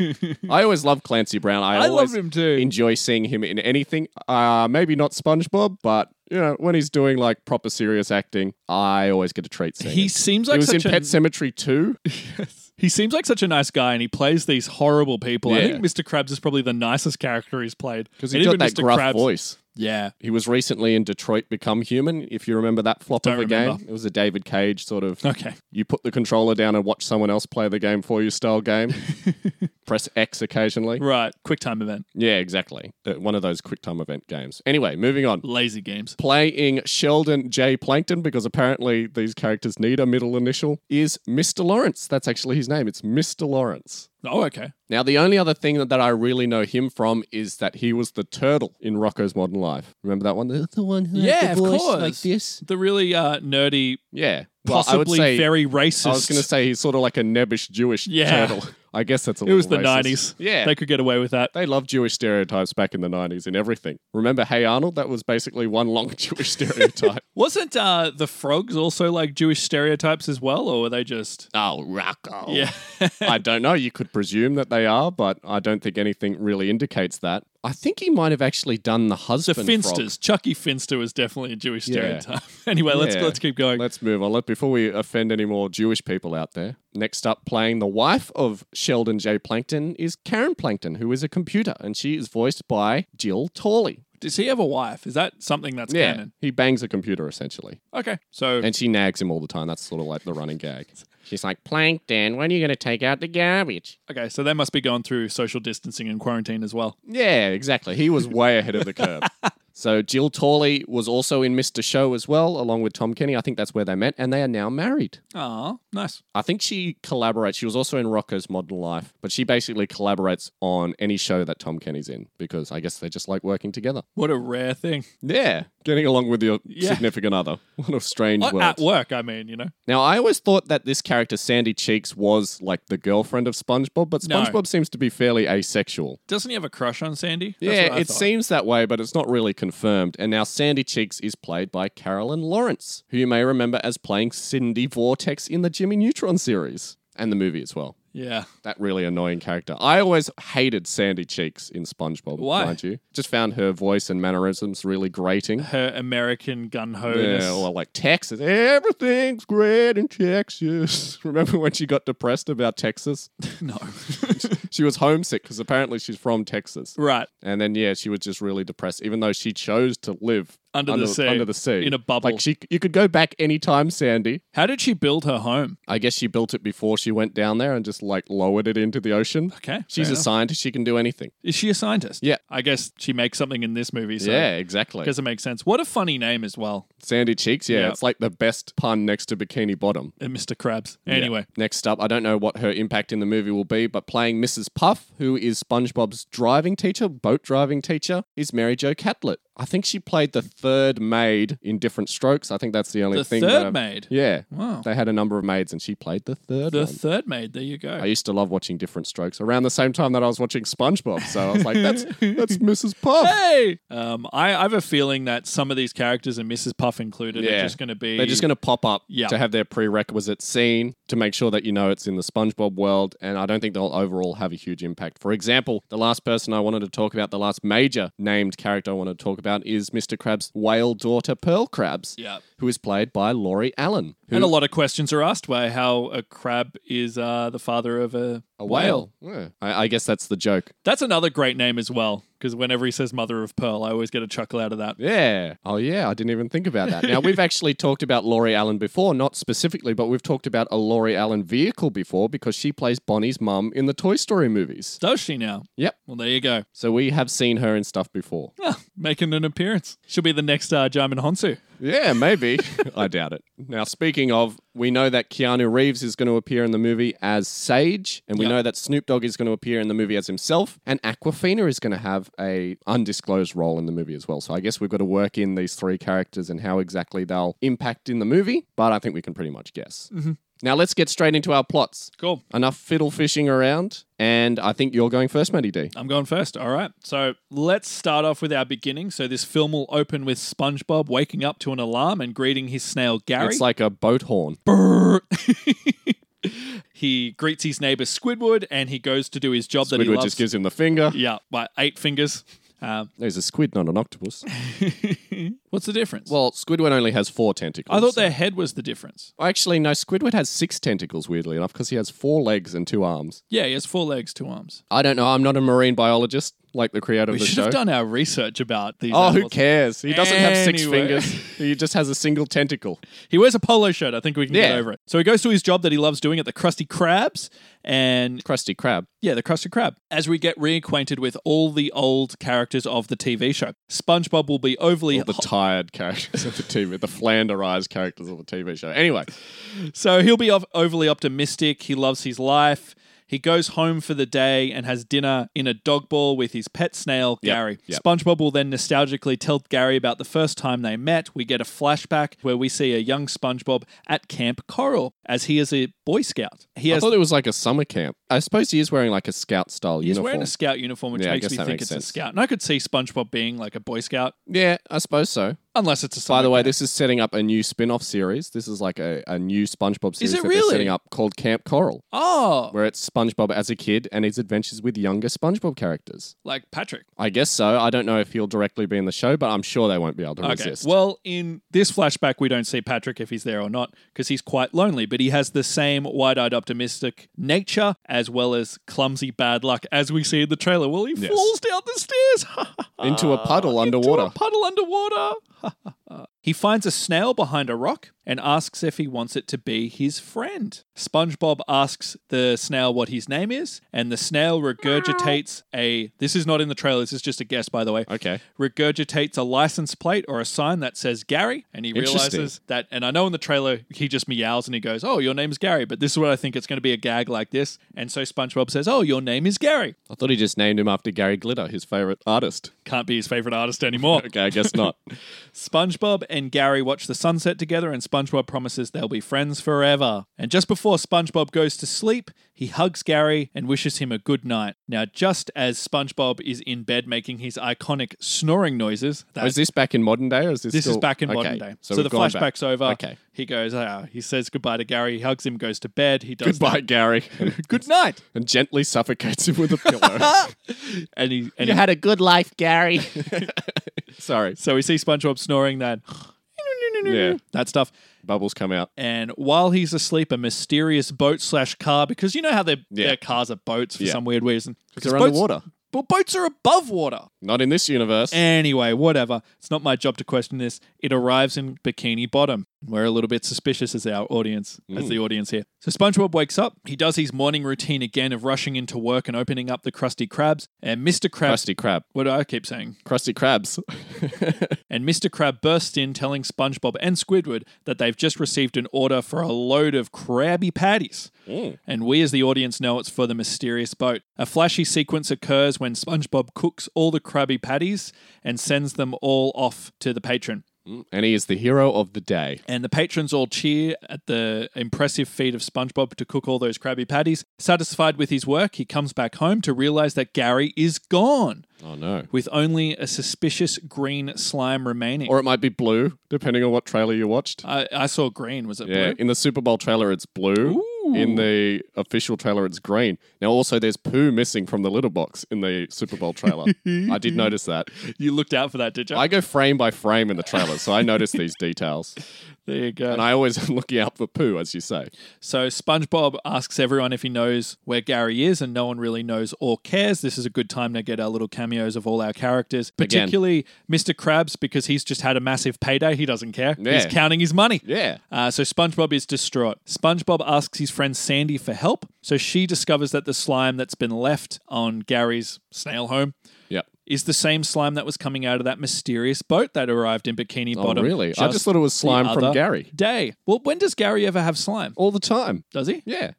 Speaker 2: I always love Clancy Brown. I,
Speaker 1: I
Speaker 2: always
Speaker 1: love him too.
Speaker 2: enjoy seeing him in anything. Uh, maybe not SpongeBob, but you know, when he's doing like proper serious acting, I always get a treat seeing
Speaker 1: he
Speaker 2: him.
Speaker 1: seems
Speaker 2: He
Speaker 1: like
Speaker 2: was in
Speaker 1: such a
Speaker 2: Pet Cemetery 2.
Speaker 1: he seems like such a nice guy, and he plays these horrible people. I
Speaker 2: Yeah.
Speaker 1: think Mr. Krabs is probably the nicest character he's played
Speaker 2: Because
Speaker 1: And
Speaker 2: he's got
Speaker 1: even
Speaker 2: that
Speaker 1: Mr.
Speaker 2: gruff
Speaker 1: Krabs-
Speaker 2: voice.
Speaker 1: Yeah,
Speaker 2: He was recently in Detroit Become Human, if you remember that flop
Speaker 1: Don't
Speaker 2: of a
Speaker 1: remember.
Speaker 2: game. It was a David Cage sort of
Speaker 1: okay.
Speaker 2: you put the controller down and watch someone else play the game for you style game. Press X occasionally.
Speaker 1: Right, quick time event,
Speaker 2: Yeah, exactly. Uh, one of those quick time event games. Anyway, moving on.
Speaker 1: lazy games.
Speaker 2: Playing Sheldon J. Plankton, because apparently these characters need a middle initial, is Mr. Lawrence. That's actually his name. It's Mr. Lawrence.
Speaker 1: Oh, okay.
Speaker 2: Now, the only other thing that, that I really know him from is that he was the turtle in Rocco's Modern Life. Remember that one? The, the one who
Speaker 1: Yeah,
Speaker 2: had
Speaker 1: of
Speaker 2: the voice
Speaker 1: course.
Speaker 2: like this?
Speaker 1: The really uh, nerdy,
Speaker 2: Yeah. Well, I would
Speaker 1: possibly
Speaker 2: say-
Speaker 1: very racist.
Speaker 2: I was going to say he's sort of like a nebbish Jewish
Speaker 1: Yeah.
Speaker 2: turtle. I guess that's a
Speaker 1: it was the nineties.
Speaker 2: nineties. Yeah,
Speaker 1: they
Speaker 2: they,
Speaker 1: could get away with that.
Speaker 2: loved Jewish stereotypes back in the nineties in everything. Remember, Hey Arnold? That was basically one long Jewish stereotype.
Speaker 1: Wasn't uh, the frogs also like Jewish stereotypes as well, or were they just?
Speaker 2: oh, Rocco.
Speaker 1: Yeah,
Speaker 2: I don't know. You could presume that they are, but I don't think anything really indicates that. I think he might have actually done the
Speaker 1: the
Speaker 2: husband. frog.
Speaker 1: Finsters. Chucky Finster was definitely a Jewish
Speaker 2: Yeah.
Speaker 1: stereotype. anyway, let's
Speaker 2: Yeah.
Speaker 1: let's keep going.
Speaker 2: Let's move on. Let before we offend any more Jewish people out there. Next up, playing the wife of Sheldon J. Plankton is Karen Plankton, who is a computer, and she is voiced by Jill Tawley.
Speaker 1: Does he have a wife? Is that something that's
Speaker 2: Yeah,
Speaker 1: canon?
Speaker 2: he bangs a computer essentially,
Speaker 1: Okay, so
Speaker 2: and she nags him all the time. That's sort of like the running gag. She's like, Plankton, when are you going to take out the garbage?
Speaker 1: okay, so they must be going through social distancing and quarantine as well.
Speaker 2: Yeah, exactly. He was way ahead of the curve. So Jill Tawley was also in Mr. Show as well, along with Tom Kenny. I think that's where they met, and they are now married.
Speaker 1: Ah, nice.
Speaker 2: I think she collaborates. She was also in Rocco's Modern Life, but she basically collaborates on any show that Tom Kenny's in because I guess they just like working together.
Speaker 1: What a rare thing.
Speaker 2: Yeah, getting along with your
Speaker 1: Yeah.
Speaker 2: significant other. What a strange
Speaker 1: Not
Speaker 2: world.
Speaker 1: At work, I mean, you know.
Speaker 2: now, I always thought that this character Sandy Cheeks was like the girlfriend of SpongeBob, but
Speaker 1: No.
Speaker 2: SpongeBob seems to be fairly asexual.
Speaker 1: Doesn't he have a crush on Sandy? That's what
Speaker 2: Yeah,
Speaker 1: I
Speaker 2: it
Speaker 1: thought.
Speaker 2: seems that way, but it's not really confirmed. And now Sandy Cheeks is played by Carolyn Lawrence, who you may remember as playing Cindy Vortex in the Jimmy Neutron series and the movie as well.
Speaker 1: Yeah.
Speaker 2: That really annoying character. I always hated Sandy Cheeks in SpongeBob.
Speaker 1: Why?
Speaker 2: Mind you, just found her voice and mannerisms really grating.
Speaker 1: Her American gun ho.
Speaker 2: Yeah, or like Texas, everything's great in Texas. Remember when she got depressed about Texas?
Speaker 1: no.
Speaker 2: She was homesick because apparently she's from Texas.
Speaker 1: right.
Speaker 2: And then yeah, she was just really depressed, even though she chose to live
Speaker 1: Under the sea.
Speaker 2: under the sea,
Speaker 1: In a bubble.
Speaker 2: Like she, you could go back anytime, Sandy.
Speaker 1: How did she build her home?
Speaker 2: I guess she built it before she went down there and just like lowered it into the ocean.
Speaker 1: Okay.
Speaker 2: She's
Speaker 1: fair
Speaker 2: a scientist; she can do anything.
Speaker 1: enough. Is she a scientist?
Speaker 2: Yeah.
Speaker 1: I guess she makes something in this movie, so
Speaker 2: yeah, exactly.
Speaker 1: doesn't make sense. What a funny name as well,
Speaker 2: Sandy cheeks. Yeah,
Speaker 1: Yeah.
Speaker 2: it's like the best pun next to bikini bottom.
Speaker 1: uh, Mr. Krabs. Anyway.
Speaker 2: Next up, I don't know what her impact in the movie will be, but playing Mrs. Puff, who is SpongeBob's driving teacher, boat driving teacher, is Mary Jo Catlett. I think she played the third maid in different strokes. I think that's the only
Speaker 1: The
Speaker 2: thing. that
Speaker 1: third
Speaker 2: I've-
Speaker 1: maid.
Speaker 2: Yeah.
Speaker 1: Wow.
Speaker 2: They had a number of maids, and she played the third.
Speaker 1: The
Speaker 2: one.
Speaker 1: third maid. There you
Speaker 2: I
Speaker 1: go.
Speaker 2: used to love watching Different Strokes around the same time that I was watching SpongeBob. So I was like, that's that's Mrs. Puff.
Speaker 1: Hey. Um, I, I have a feeling that some of these characters, and Mrs. Puff included, are
Speaker 2: Yeah.
Speaker 1: just going to be.
Speaker 2: They're just going to pop up
Speaker 1: Yeah.
Speaker 2: to have their prerequisite scene to make sure that you know it's in the SpongeBob world. And I don't think they'll overall have a huge impact. For example, the last person I wanted to talk about, the last major named character I wanted to talk about is Mr. Krabs' whale daughter, Pearl Krabs,
Speaker 1: Yeah.
Speaker 2: who is played by Laurie Allen. Who,
Speaker 1: And a lot of questions are asked by how a crab is uh, the father of a,
Speaker 2: a whale. Yeah. I, I guess that's the joke.
Speaker 1: That's another great name as well, because whenever he says Mother of Pearl, I always get a chuckle out of that.
Speaker 2: Yeah. Oh, yeah. I didn't even think about that. Now, we've actually talked about Laurie Allen before, not specifically, but we've talked about a Laurie Allen vehicle before because she plays Bonnie's mum in the Toy Story movies.
Speaker 1: Does she now?
Speaker 2: Yep.
Speaker 1: Well, there you go.
Speaker 2: So we have seen her in stuff before.
Speaker 1: Ah, making an appearance. She'll be the next uh, Jarman Honsu.
Speaker 2: Yeah, maybe. I doubt it. Now, speaking of, we know that Keanu Reeves is going to appear in the movie as Sage, and we
Speaker 1: Yep.
Speaker 2: know that Snoop Dogg is going to appear in the movie as himself, and Aquafina is going to have a undisclosed role in the movie as well. So I guess we've got to work in these three characters and how exactly they'll impact in the movie, but I think we can pretty much guess. Now let's get straight into our plots.
Speaker 1: Cool.
Speaker 2: Enough fiddle fishing around, and I think you're going first, Matty D.
Speaker 1: I'm going first. All right. So let's start off with our beginning. So this film will open with SpongeBob waking up to an alarm and greeting his snail Gary.
Speaker 2: It's like a boat horn.
Speaker 1: Brrr. he greets his neighbor Squidward and he goes to do his job that he
Speaker 2: Squidward
Speaker 1: loves.
Speaker 2: just gives him the finger.
Speaker 1: yeah, by eight fingers. Um,
Speaker 2: There's a squid, not an octopus.
Speaker 1: what's the difference?
Speaker 2: Well, Squidward only has four tentacles.
Speaker 1: I thought their head was the difference.
Speaker 2: Actually, no, Squidward has six tentacles, weirdly enough, because he has four legs and two arms.
Speaker 1: Yeah, he has four legs, two arms.
Speaker 2: I don't know. I'm not a marine biologist like the creator
Speaker 1: We
Speaker 2: of the
Speaker 1: should
Speaker 2: show.
Speaker 1: have done our research about these.
Speaker 2: oh, who
Speaker 1: animals.
Speaker 2: cares? He doesn't have six
Speaker 1: Anyway.
Speaker 2: fingers. he just has a single tentacle.
Speaker 1: He wears a polo shirt. I think we can get
Speaker 2: Yeah.
Speaker 1: over it. So he goes to his job that he loves doing at the Krusty Krabs, and
Speaker 2: Krusty Krab.
Speaker 1: yeah, the Krusty Krab. As we get reacquainted with all the old characters of the TV show, SpongeBob will be overly
Speaker 2: The tired characters of the TV, the flanderized characters of the TV show. Anyway,
Speaker 1: So he'll be ov- overly optimistic. He loves his life. He goes home for the day and has dinner in a dog ball with his pet snail, Gary.
Speaker 2: yep.
Speaker 1: SpongeBob will then nostalgically tell Gary about the first time they met. We get a flashback where we see a young SpongeBob at Camp Coral as he is a Boy Scout. He
Speaker 2: I
Speaker 1: has.
Speaker 2: thought it was like a summer camp. I suppose he is wearing like a scout style
Speaker 1: He's
Speaker 2: uniform.
Speaker 1: wearing a scout uniform, which
Speaker 2: Yeah, I
Speaker 1: makes
Speaker 2: guess
Speaker 1: me
Speaker 2: that
Speaker 1: think
Speaker 2: makes
Speaker 1: it's
Speaker 2: sense.
Speaker 1: a scout. And I could see SpongeBob being like a Boy Scout,
Speaker 2: yeah, I suppose so.
Speaker 1: unless it's a.
Speaker 2: By
Speaker 1: summer
Speaker 2: the way,
Speaker 1: camp.
Speaker 2: this is setting up a new spin off series. This is like a, a new SpongeBob series
Speaker 1: it
Speaker 2: that
Speaker 1: really?
Speaker 2: they're setting up called Camp Coral.
Speaker 1: oh,
Speaker 2: where it's SpongeBob as a kid and his adventures with younger SpongeBob characters.
Speaker 1: like Patrick.
Speaker 2: I guess so. I don't know if he'll directly be in the show, but I'm sure they won't be able to
Speaker 1: Okay.
Speaker 2: resist.
Speaker 1: Well, in this flashback, we don't see Patrick if he's there or not because he's quite lonely, but he has the same wide eyed optimistic nature as well as clumsy bad luck as we see in the trailer. Well, he falls down the stairs
Speaker 2: Into a puddle
Speaker 1: Uh, into
Speaker 2: underwater.
Speaker 1: a puddle underwater. he finds a snail behind a rock and asks if he wants it to be his friend. SpongeBob asks the snail what his name is, and the snail regurgitates a. This is not in the trailer, this is just a guess, by the way
Speaker 2: okay.
Speaker 1: regurgitates a license plate or a sign that says Gary, and he
Speaker 2: Interesting.
Speaker 1: realizes that. And I know in the trailer he just meows and he goes, "Oh, your name's Gary," but this is what I think it's going to be a gag like this. And so SpongeBob says, "Oh, your name is Gary."
Speaker 2: I thought he just named him after Gary Glitter, his favorite artist.
Speaker 1: Can't be his favorite artist anymore.
Speaker 2: Okay, I guess not.
Speaker 1: SpongeBob and Gary watch the sunset together, and SpongeBob promises they'll be friends forever. And just before SpongeBob goes to sleep, he hugs Gary and wishes him a good night. Now, just as SpongeBob is in bed making his iconic snoring noises, that
Speaker 2: is this back in modern day or is this
Speaker 1: This
Speaker 2: still-
Speaker 1: is back in
Speaker 2: Okay,
Speaker 1: modern day. So,
Speaker 2: we've
Speaker 1: the
Speaker 2: gone
Speaker 1: flashback's
Speaker 2: back.
Speaker 1: over.
Speaker 2: Okay.
Speaker 1: He goes, ah, he says goodbye to Gary. He hugs him, goes to bed. He does
Speaker 2: Goodbye, Gary.
Speaker 1: Good night.
Speaker 2: and gently suffocates him with a pillow.
Speaker 1: And he and
Speaker 2: had a good life, Gary. Sorry.
Speaker 1: so we see SpongeBob snoring that
Speaker 2: Yeah.
Speaker 1: that stuff.
Speaker 2: Bubbles come out.
Speaker 1: And while he's asleep, a mysterious boat slash car because you know how their
Speaker 2: Yeah.
Speaker 1: their cars are boats for
Speaker 2: Yeah.
Speaker 1: some weird reason.
Speaker 2: Because they're
Speaker 1: boats-
Speaker 2: underwater.
Speaker 1: But boats are above water.
Speaker 2: Not in this universe.
Speaker 1: Anyway, whatever. It's not my job to question this. It arrives in Bikini Bottom. We're a little bit suspicious as our audience, as
Speaker 2: Mm.
Speaker 1: the audience here. So SpongeBob wakes up. He does his morning routine again of rushing into work and opening up the Krusty Krabs. And Mr. Krab,
Speaker 2: Krusty Krab.
Speaker 1: what do I keep saying?
Speaker 2: Krusty Krabs.
Speaker 1: And Mr. Krab bursts in telling SpongeBob and Squidward that they've just received an order for a load of Krabby Patties. And we, as the audience, know it's for the mysterious boat. A flashy sequence occurs when SpongeBob cooks all the Krabby Patties and sends them all off to the patron.
Speaker 2: and he is the hero of the day.
Speaker 1: And the patrons all cheer at the impressive feat of SpongeBob to cook all those Krabby Patties. Satisfied with his work, he comes back home to realize that Gary is gone,
Speaker 2: Oh no.
Speaker 1: with only a suspicious green slime remaining.
Speaker 2: Or it might be blue, depending on what trailer you watched.
Speaker 1: I, I saw green. Was it
Speaker 2: Yeah,
Speaker 1: Uh, blue?
Speaker 2: in the Super Bowl trailer, it's blue. In the official trailer, it's green. Now, also, there's poo missing from the litter box in the Super Bowl trailer. I did notice that.
Speaker 1: You looked out for that, did you?
Speaker 2: I go frame by frame in the trailer, so I notice these details.
Speaker 1: there you go.
Speaker 2: And I always am looking out for poo, as you say.
Speaker 1: so SpongeBob asks everyone if he knows where Gary is, and no one really knows or cares. This is a good time to get our little cameos of all our characters,
Speaker 2: Again.
Speaker 1: particularly Mr. Krabs, because he's just had a massive payday. He doesn't care. He's
Speaker 2: Yeah.
Speaker 1: counting his money.
Speaker 2: Yeah.
Speaker 1: Uh, so SpongeBob is distraught. SpongeBob asks his friend Sandy for help. So she discovers that the slime that's been left on Gary's snail home
Speaker 2: Yep.
Speaker 1: is the same slime that was coming out of that mysterious boat that arrived in Bikini
Speaker 2: Oh,
Speaker 1: Bottom.
Speaker 2: really? I just thought it was slime
Speaker 1: other
Speaker 2: from Gary
Speaker 1: day. Well, when does Gary ever have slime?
Speaker 2: all the time.
Speaker 1: Does he?
Speaker 2: Yeah.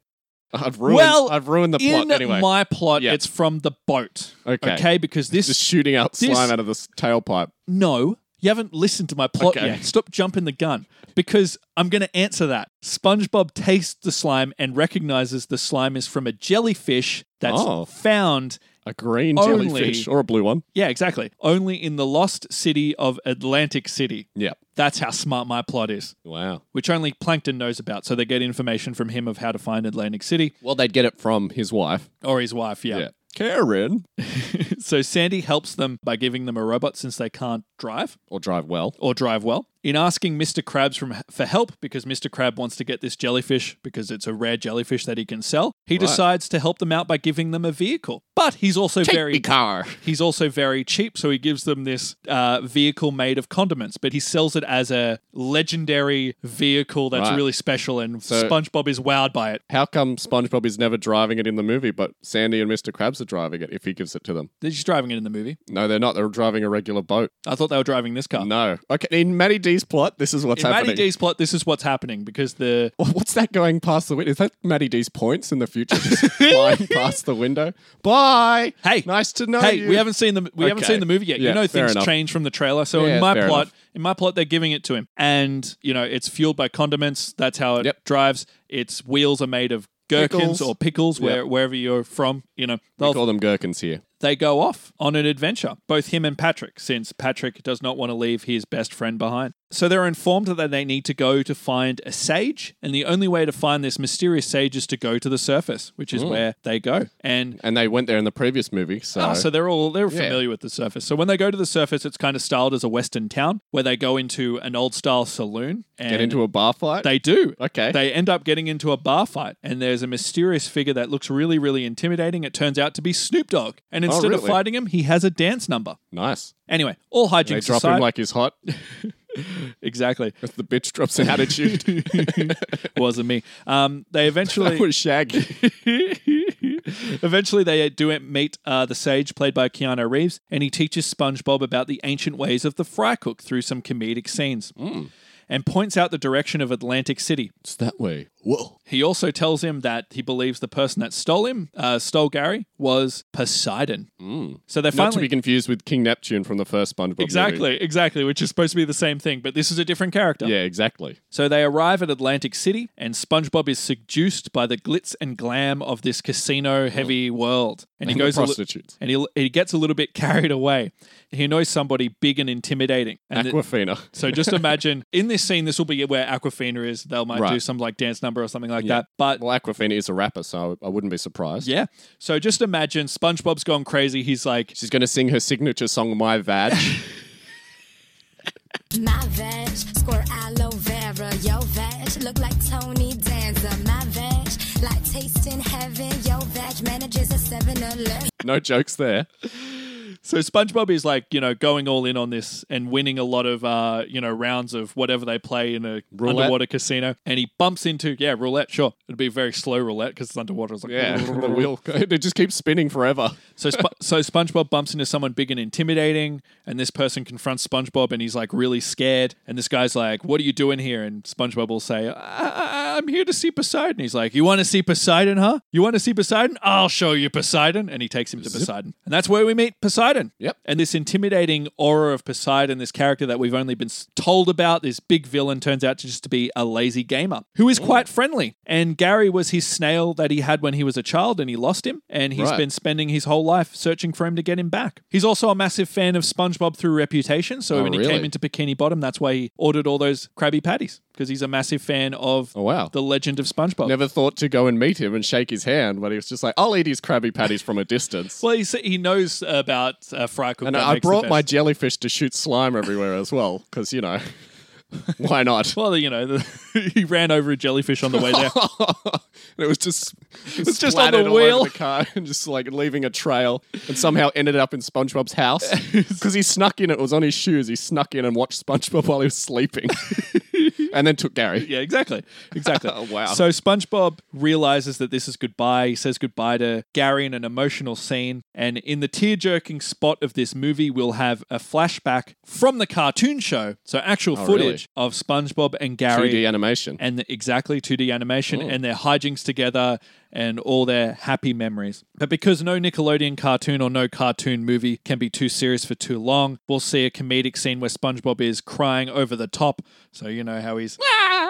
Speaker 2: I've ruined,
Speaker 1: Well,
Speaker 2: I've ruined the
Speaker 1: In
Speaker 2: plot anyway.
Speaker 1: my plot,
Speaker 2: Yeah.
Speaker 1: it's from the boat.
Speaker 2: Okay.
Speaker 1: because this
Speaker 2: Just shooting out
Speaker 1: This-
Speaker 2: slime out of the s- tailpipe.
Speaker 1: no, you haven't listened to my plot
Speaker 2: Okay.
Speaker 1: yet. Stop jumping the gun because I'm going to answer that. SpongeBob tastes the slime and recognizes the slime is from a jellyfish that's
Speaker 2: Oh.
Speaker 1: found.
Speaker 2: A green
Speaker 1: Only-
Speaker 2: jellyfish or a blue one.
Speaker 1: Yeah, exactly. Only in the lost city of Atlantic City.
Speaker 2: Yep.
Speaker 1: That's how smart my plot is,
Speaker 2: Wow.
Speaker 1: which only Plankton knows about. So they get information from him of how to find Atlantic City
Speaker 2: Well, they'd get it from his wife.
Speaker 1: or his wife. yeah.
Speaker 2: Karen.
Speaker 1: So Sandy helps them by giving them a robot since they can't drive
Speaker 2: Or drive well.
Speaker 1: or drive well. In asking Mr. Krabs from, for help because Mr. Crab wants to get this jellyfish because it's a rare jellyfish that he can sell, he decides to help them out by giving them a vehicle. But he's also very
Speaker 2: car.
Speaker 1: he's also very cheap, so he gives them this uh, vehicle made of condiments. But he sells it as a legendary vehicle that's
Speaker 2: Right.
Speaker 1: really special, and
Speaker 2: So-
Speaker 1: SpongeBob is wowed by it.
Speaker 2: How come SpongeBob is never driving it in the movie, but Sandy and Mr. Krabs are driving it if he gives it to them?
Speaker 1: They're just driving it in the movie.
Speaker 2: No, they're not. They're driving a regular boat.
Speaker 1: I thought they were driving this car.
Speaker 2: No. Okay, in Matty D's plot, this is what's
Speaker 1: Ah. in Matty
Speaker 2: happening.
Speaker 1: D's plot, this is what's happening because the
Speaker 2: What's that going past the window? Is that Matty D's points in the future just flying past the window? Bye.
Speaker 1: Hey.
Speaker 2: Nice to know
Speaker 1: Hey,
Speaker 2: you.
Speaker 1: we haven't seen the we haven't
Speaker 2: Okay.
Speaker 1: seen the movie yet.
Speaker 2: Yeah,
Speaker 1: you know
Speaker 2: fair
Speaker 1: things
Speaker 2: enough.
Speaker 1: change from the trailer. So
Speaker 2: Yeah,
Speaker 1: in my
Speaker 2: fair
Speaker 1: plot,
Speaker 2: enough.
Speaker 1: in my plot, they're giving it to him, and you know it's fueled by condiments. That's how it
Speaker 2: Yep.
Speaker 1: drives. Its wheels are made of gherkins
Speaker 2: Pickles.
Speaker 1: or pickles, where wherever you're from. You know
Speaker 2: We
Speaker 1: they'll,
Speaker 2: call them gherkins here.
Speaker 1: they go off on an adventure. Both him and Patrick, since Patrick does not want to leave his best friend behind. So they're informed that they need to go to find a sage, and the only way to find this mysterious sage is to go to the surface, which is where they go. And
Speaker 2: And they went there in the previous movie, so,
Speaker 1: Ah, so they're all they're familiar with the surface. So when they go to the surface, it's kind of styled as a western town where they go into an old style saloon and
Speaker 2: get into a bar fight.
Speaker 1: they do.
Speaker 2: okay.
Speaker 1: They end up getting into a bar fight, and there's a mysterious figure that looks really, really intimidating. It turns out to be Snoop Dogg, and instead of
Speaker 2: Oh, really?
Speaker 1: fighting him, he has a dance number.
Speaker 2: nice.
Speaker 1: Anyway, all
Speaker 2: They
Speaker 1: hijinks
Speaker 2: drop
Speaker 1: aside,
Speaker 2: him like he's hot.
Speaker 1: exactly
Speaker 2: That's the bitch drops an attitude.
Speaker 1: wasn't me. Um, they eventually
Speaker 2: that was Shaggy.
Speaker 1: Eventually, they do meet uh, the sage played by Keanu Reeves, and he teaches SpongeBob about the ancient ways of the fry cook through some comedic scenes
Speaker 2: Hmm.
Speaker 1: and points out the direction of Atlantic City.
Speaker 2: It's that way. Whoa.
Speaker 1: He also tells him that he believes the person that stole him, uh, stole Gary, was Poseidon. So they
Speaker 2: Mm. Not to
Speaker 1: finally.
Speaker 2: be confused with King Neptune from the first SpongeBob movie.
Speaker 1: Exactly, exactly, which is supposed to be the same thing, but this is a different character.
Speaker 2: Yeah, exactly.
Speaker 1: So they arrive at Atlantic City, and SpongeBob is seduced by the glitz and glam of this casino heavy
Speaker 2: Oh.
Speaker 1: world. And he
Speaker 2: And the
Speaker 1: goes a li-
Speaker 2: prostitutes.
Speaker 1: and he, he gets a little bit carried away. He knows somebody big and intimidating. And th-
Speaker 2: Aquafina.
Speaker 1: so just imagine in this scene, this will be where Aquafina is. They might
Speaker 2: Right.
Speaker 1: do some like dance number or something like that. But
Speaker 2: well, Aquafina is a rapper, so I wouldn't be surprised.
Speaker 1: yeah, so just imagine SpongeBob's gone crazy. He's like,
Speaker 2: She's going to sing her signature song, My Vag.
Speaker 3: My veg, squirt aloe vera, yo veg, look like Tony Danza. My veg, like tasting heaven, yo veg, manages a 7 Eleven.
Speaker 2: no jokes there.
Speaker 1: So SpongeBob is like, you know, going all in on this and winning a lot of, uh, you know, rounds of whatever they play in a
Speaker 2: Roulette.
Speaker 1: underwater casino. And he bumps into, yeah, roulette, sure. It'd be a very slow roulette because it's underwater. It's like,
Speaker 2: Yeah, the wheel. It just keeps spinning forever.
Speaker 1: So, Sp- so SpongeBob bumps into someone big and intimidating, and this person confronts SpongeBob, and he's like really scared. And this guy's like, "What are you doing here?" And SpongeBob will say, I- I- "I'm here to see Poseidon." He's like, "You want to see Poseidon, huh? You want to see Poseidon? I'll show you Poseidon." And he takes him to Poseidon, and that's where we meet Poseidon.
Speaker 2: Yep.
Speaker 1: And this intimidating aura of Poseidon, this character that we've only been s- told about, this big villain, turns out to just to be a lazy gamer who is quite friendly. And Gary was his snail that he had when he was a child, and he lost him, and he's
Speaker 2: Right.
Speaker 1: been spending his whole life searching for him to get him back. He's also a massive fan of SpongeBob through reputation. So
Speaker 2: Oh,
Speaker 1: when he
Speaker 2: really?
Speaker 1: came into Bikini Bottom, that's why he ordered all those Krabby Patties because he's a massive fan of
Speaker 2: Oh, wow.
Speaker 1: the legend of SpongeBob.
Speaker 2: Never thought to go and meet him and shake his hand, but he was just like, "I'll eat his Krabby Patties from a distance."
Speaker 1: Well, he, sa- he knows about uh, fry cook.
Speaker 2: and
Speaker 1: that
Speaker 2: I
Speaker 1: makes the
Speaker 2: brought my
Speaker 1: best.
Speaker 2: jellyfish to shoot slime everywhere as well, because you know, why not?
Speaker 1: Well, you know, the, he ran over a jellyfish on the way there.
Speaker 2: and it was just it was
Speaker 1: just on the
Speaker 2: all
Speaker 1: wheel.
Speaker 2: over the car and just like leaving a trail and somehow ended up in SpongeBob's house because he snuck in it was on his shoes he snuck in and watched SpongeBob while he was sleeping and then took Gary
Speaker 1: Yeah, exactly. Exactly.
Speaker 2: Wow.
Speaker 1: So SpongeBob realizes that this is goodbye. He says goodbye to Gary in an emotional scene. And in the tear jerking spot of this movie, we'll have a flashback from the cartoon show. So actual
Speaker 2: Oh, really?
Speaker 1: footage of SpongeBob and Gary.
Speaker 2: 2D animation
Speaker 1: and the, exactly 2D animation and their hijinks together and all their happy memories. But because no Nickelodeon cartoon or no cartoon movie can be too serious for too long, we'll see a comedic scene where SpongeBob is crying over the top. So you know how he's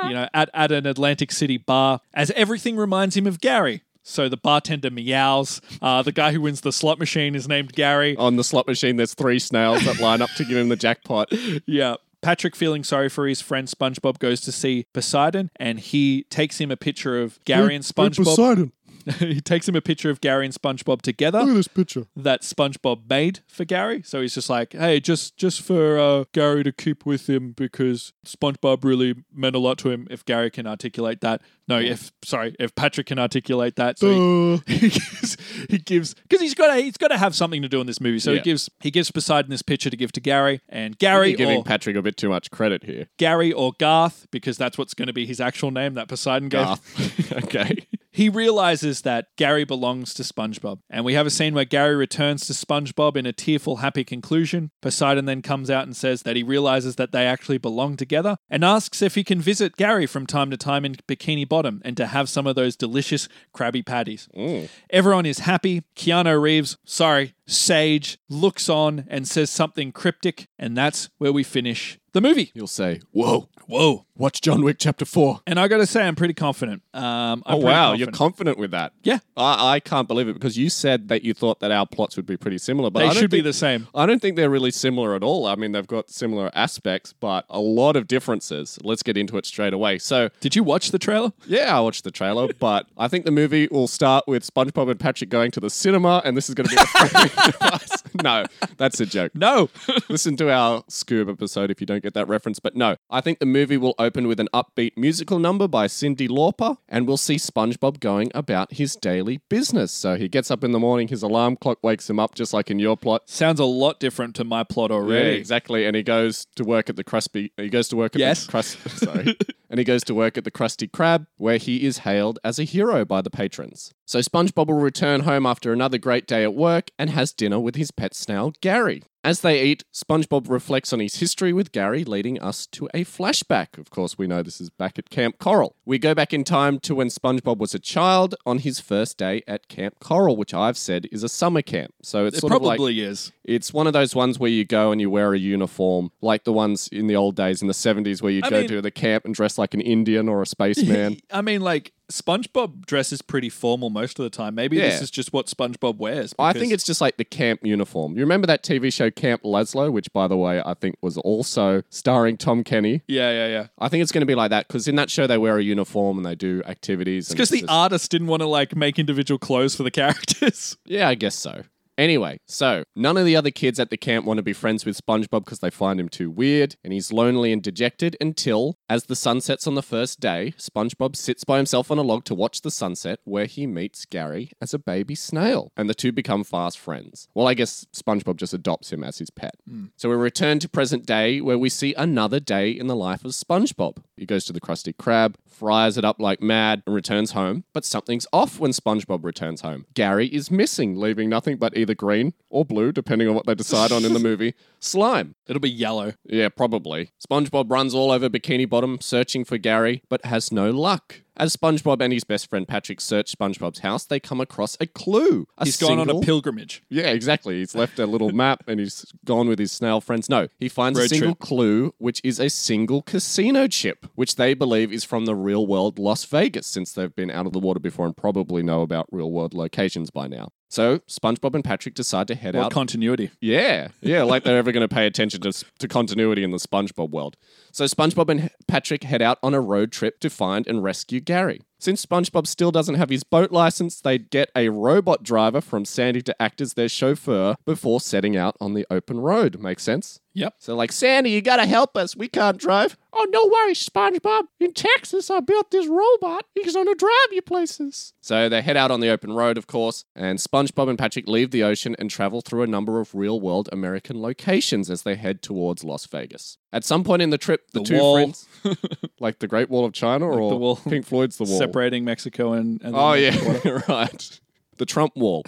Speaker 1: you know at, at an Atlantic City bar as everything reminds him of Gary. So the bartender meows. Uh, the guy who wins the slot machine is named Gary.
Speaker 2: on the slot machine there's three snails that line up to give him the jackpot
Speaker 1: Yeah. Patrick, feeling sorry for his friend SpongeBob, goes to see Poseidon and he takes him a picture of Gary and SpongeBob. he takes him a picture of Gary and SpongeBob together
Speaker 2: this picture
Speaker 1: that SpongeBob made for Gary. So he's just like, hey, just just for uh, Gary to keep with him because SpongeBob really meant a lot to him. If Gary can articulate that, no, if sorry, if Patrick can articulate that, so he-
Speaker 2: Uh.
Speaker 1: he gives he gives because he's got to he's got to have something to do in this movie. So he
Speaker 2: Yeah.
Speaker 1: gives he gives Poseidon this picture to give to Gary and Gary
Speaker 2: You're giving
Speaker 1: or
Speaker 2: Patrick a bit too much credit here
Speaker 1: Gary or Garth because that's what's going to be his actual name. That Poseidon Garth.
Speaker 2: Garth. okay
Speaker 1: He realizes that Gary belongs to SpongeBob, and we have a scene where Gary returns to SpongeBob in a tearful, happy conclusion. Poseidon then comes out and says that he realizes that they actually belong together and asks if he can visit Gary from time to time in Bikini Bottom and to have some of those delicious Krabby Patties.
Speaker 2: Mm.
Speaker 1: Everyone is happy. Keanu Reeves, sorry, Sage, looks on and says something cryptic, and that's where we finish the movie.
Speaker 2: you'll say whoa
Speaker 1: Whoa.
Speaker 2: watch John Wick chapter 4
Speaker 1: And I gotta say, I'm pretty confident. Um, I'm
Speaker 2: Oh
Speaker 1: pretty
Speaker 2: wow,
Speaker 1: confident.
Speaker 2: you're confident with that?
Speaker 1: Yeah.
Speaker 2: I, I can't believe it because you said that you thought that our plots would be pretty similar, but
Speaker 1: They
Speaker 2: I don't
Speaker 1: should be
Speaker 2: think-
Speaker 1: the same.
Speaker 2: I don't think they're really similar at all. I mean, they've got similar aspects, but a lot of differences. Let's get into it straight away. So,
Speaker 1: Did you watch the trailer?
Speaker 2: yeah, I watched the trailer, but I think the movie will start with SpongeBob and Patrick going to the cinema, and this is going to be the framing device. No, that's a joke.
Speaker 1: No.
Speaker 2: Listen to our Scoob episode if you don't get that reference. But no, I think the movie will open with an upbeat musical number by Cindy Lauper, and we'll see SpongeBob going about his daily business. So he gets up in the morning, his alarm clock wakes him up, just like in your plot.
Speaker 1: Sounds a lot different to my plot already.
Speaker 2: Yeah, exactly. And he goes to work at the Krusty. He goes to work at
Speaker 1: Yes.
Speaker 2: the Krusty. Sorry. and he goes to work at the Krusty Krab, where he is hailed as a hero by the patrons. So SpongeBob will return home after another great day at work and has dinner with his pet snail Gary. As they eat, SpongeBob reflects on his history with Gary, leading us to a flashback. Of course, we know this is back at Camp Coral. We go back in time to when SpongeBob was a child on his first day at Camp Coral, which I've said is a summer camp. So it's
Speaker 1: It
Speaker 2: sort of like
Speaker 1: probably is.
Speaker 2: it's one of those ones where you go and you wear a uniform, like the ones in the old days in the 70s where you'd
Speaker 1: I
Speaker 2: go
Speaker 1: mean-
Speaker 2: to the camp and dress like an Indian or a spaceman.
Speaker 1: I mean, like, SpongeBob dresses pretty formal most of the time. Maybe this
Speaker 2: Yeah.
Speaker 1: is just what SpongeBob wears.
Speaker 2: I
Speaker 1: because-
Speaker 2: think it's just like the camp uniform. You remember that TV show Camp Laszlo, which, by the way, I think was also starring Tom Kenny?
Speaker 1: Yeah, yeah, yeah.
Speaker 2: I think it's going to be like that because in that show they wear a uniform and they do activities. and
Speaker 1: Because
Speaker 2: it's
Speaker 1: the
Speaker 2: just-
Speaker 1: artist didn't want to, like, make individual clothes for the characters.
Speaker 2: Yeah, I guess so. Anyway, so none of the other kids at the camp want to be friends with SpongeBob because they find him too weird and he's lonely and dejected until, as the sun sets on the first day, SpongeBob sits by himself on a log to watch the sunset where he meets Gary as a baby snail and the two become fast friends. Well, I guess SpongeBob just adopts him as his pet. So we return to present day where we see another day in the life of SpongeBob. He goes to the Krusty Krab, fries it up like mad, and returns home. But something's off when SpongeBob returns home. Gary is missing, leaving nothing but either green or blue, depending on what they decide on in the movie, slime.
Speaker 1: It'll be yellow.
Speaker 2: Yeah, probably. SpongeBob runs all over Bikini Bottom searching for Gary, but has no luck. As SpongeBob and his best friend Patrick search SpongeBob's house, they come across a clue. A
Speaker 1: He's gone on a
Speaker 2: single-
Speaker 1: pilgrimage.
Speaker 2: yeah, exactly. He's left a little map and he's gone with his snail friends. No, he finds a
Speaker 1: Road
Speaker 2: single clue, which is a single casino chip, which they believe is from the real world Las Vegas, since they've been out of the water before and probably know about real world locations by now. So SpongeBob and Patrick decide to head
Speaker 1: What
Speaker 2: out.
Speaker 1: continuity?
Speaker 2: Yeah, yeah, like they're ever going to pay attention to, to continuity in the SpongeBob world. So SpongeBob and Patrick head out on a road trip to find and rescue Gary. Since SpongeBob still doesn't have his boat license, they get a robot driver from Sandy to act as their chauffeur before setting out on the open road. Makes sense?
Speaker 1: Yep.
Speaker 2: So, like, Sandy, you gotta help us. We can't drive. Oh, no worries, SpongeBob. In Texas, I built this robot. He's gonna drive you places. So they head out on the open road, of course, and SpongeBob and Patrick leave the ocean and travel through a number of real world American locations as they head towards Las Vegas. At some point in the trip, the,
Speaker 1: The
Speaker 2: two
Speaker 1: wall.
Speaker 2: friends, like the Great Wall of China or
Speaker 1: the wall.
Speaker 2: Pink Floyd's The Wall.
Speaker 1: Separating Mexico and, and
Speaker 2: Oh
Speaker 1: the-
Speaker 2: yeah, right. The Trump wall.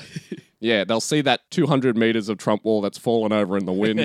Speaker 2: Yeah, they'll see that 200 meters of Trump wall that's fallen over in the wind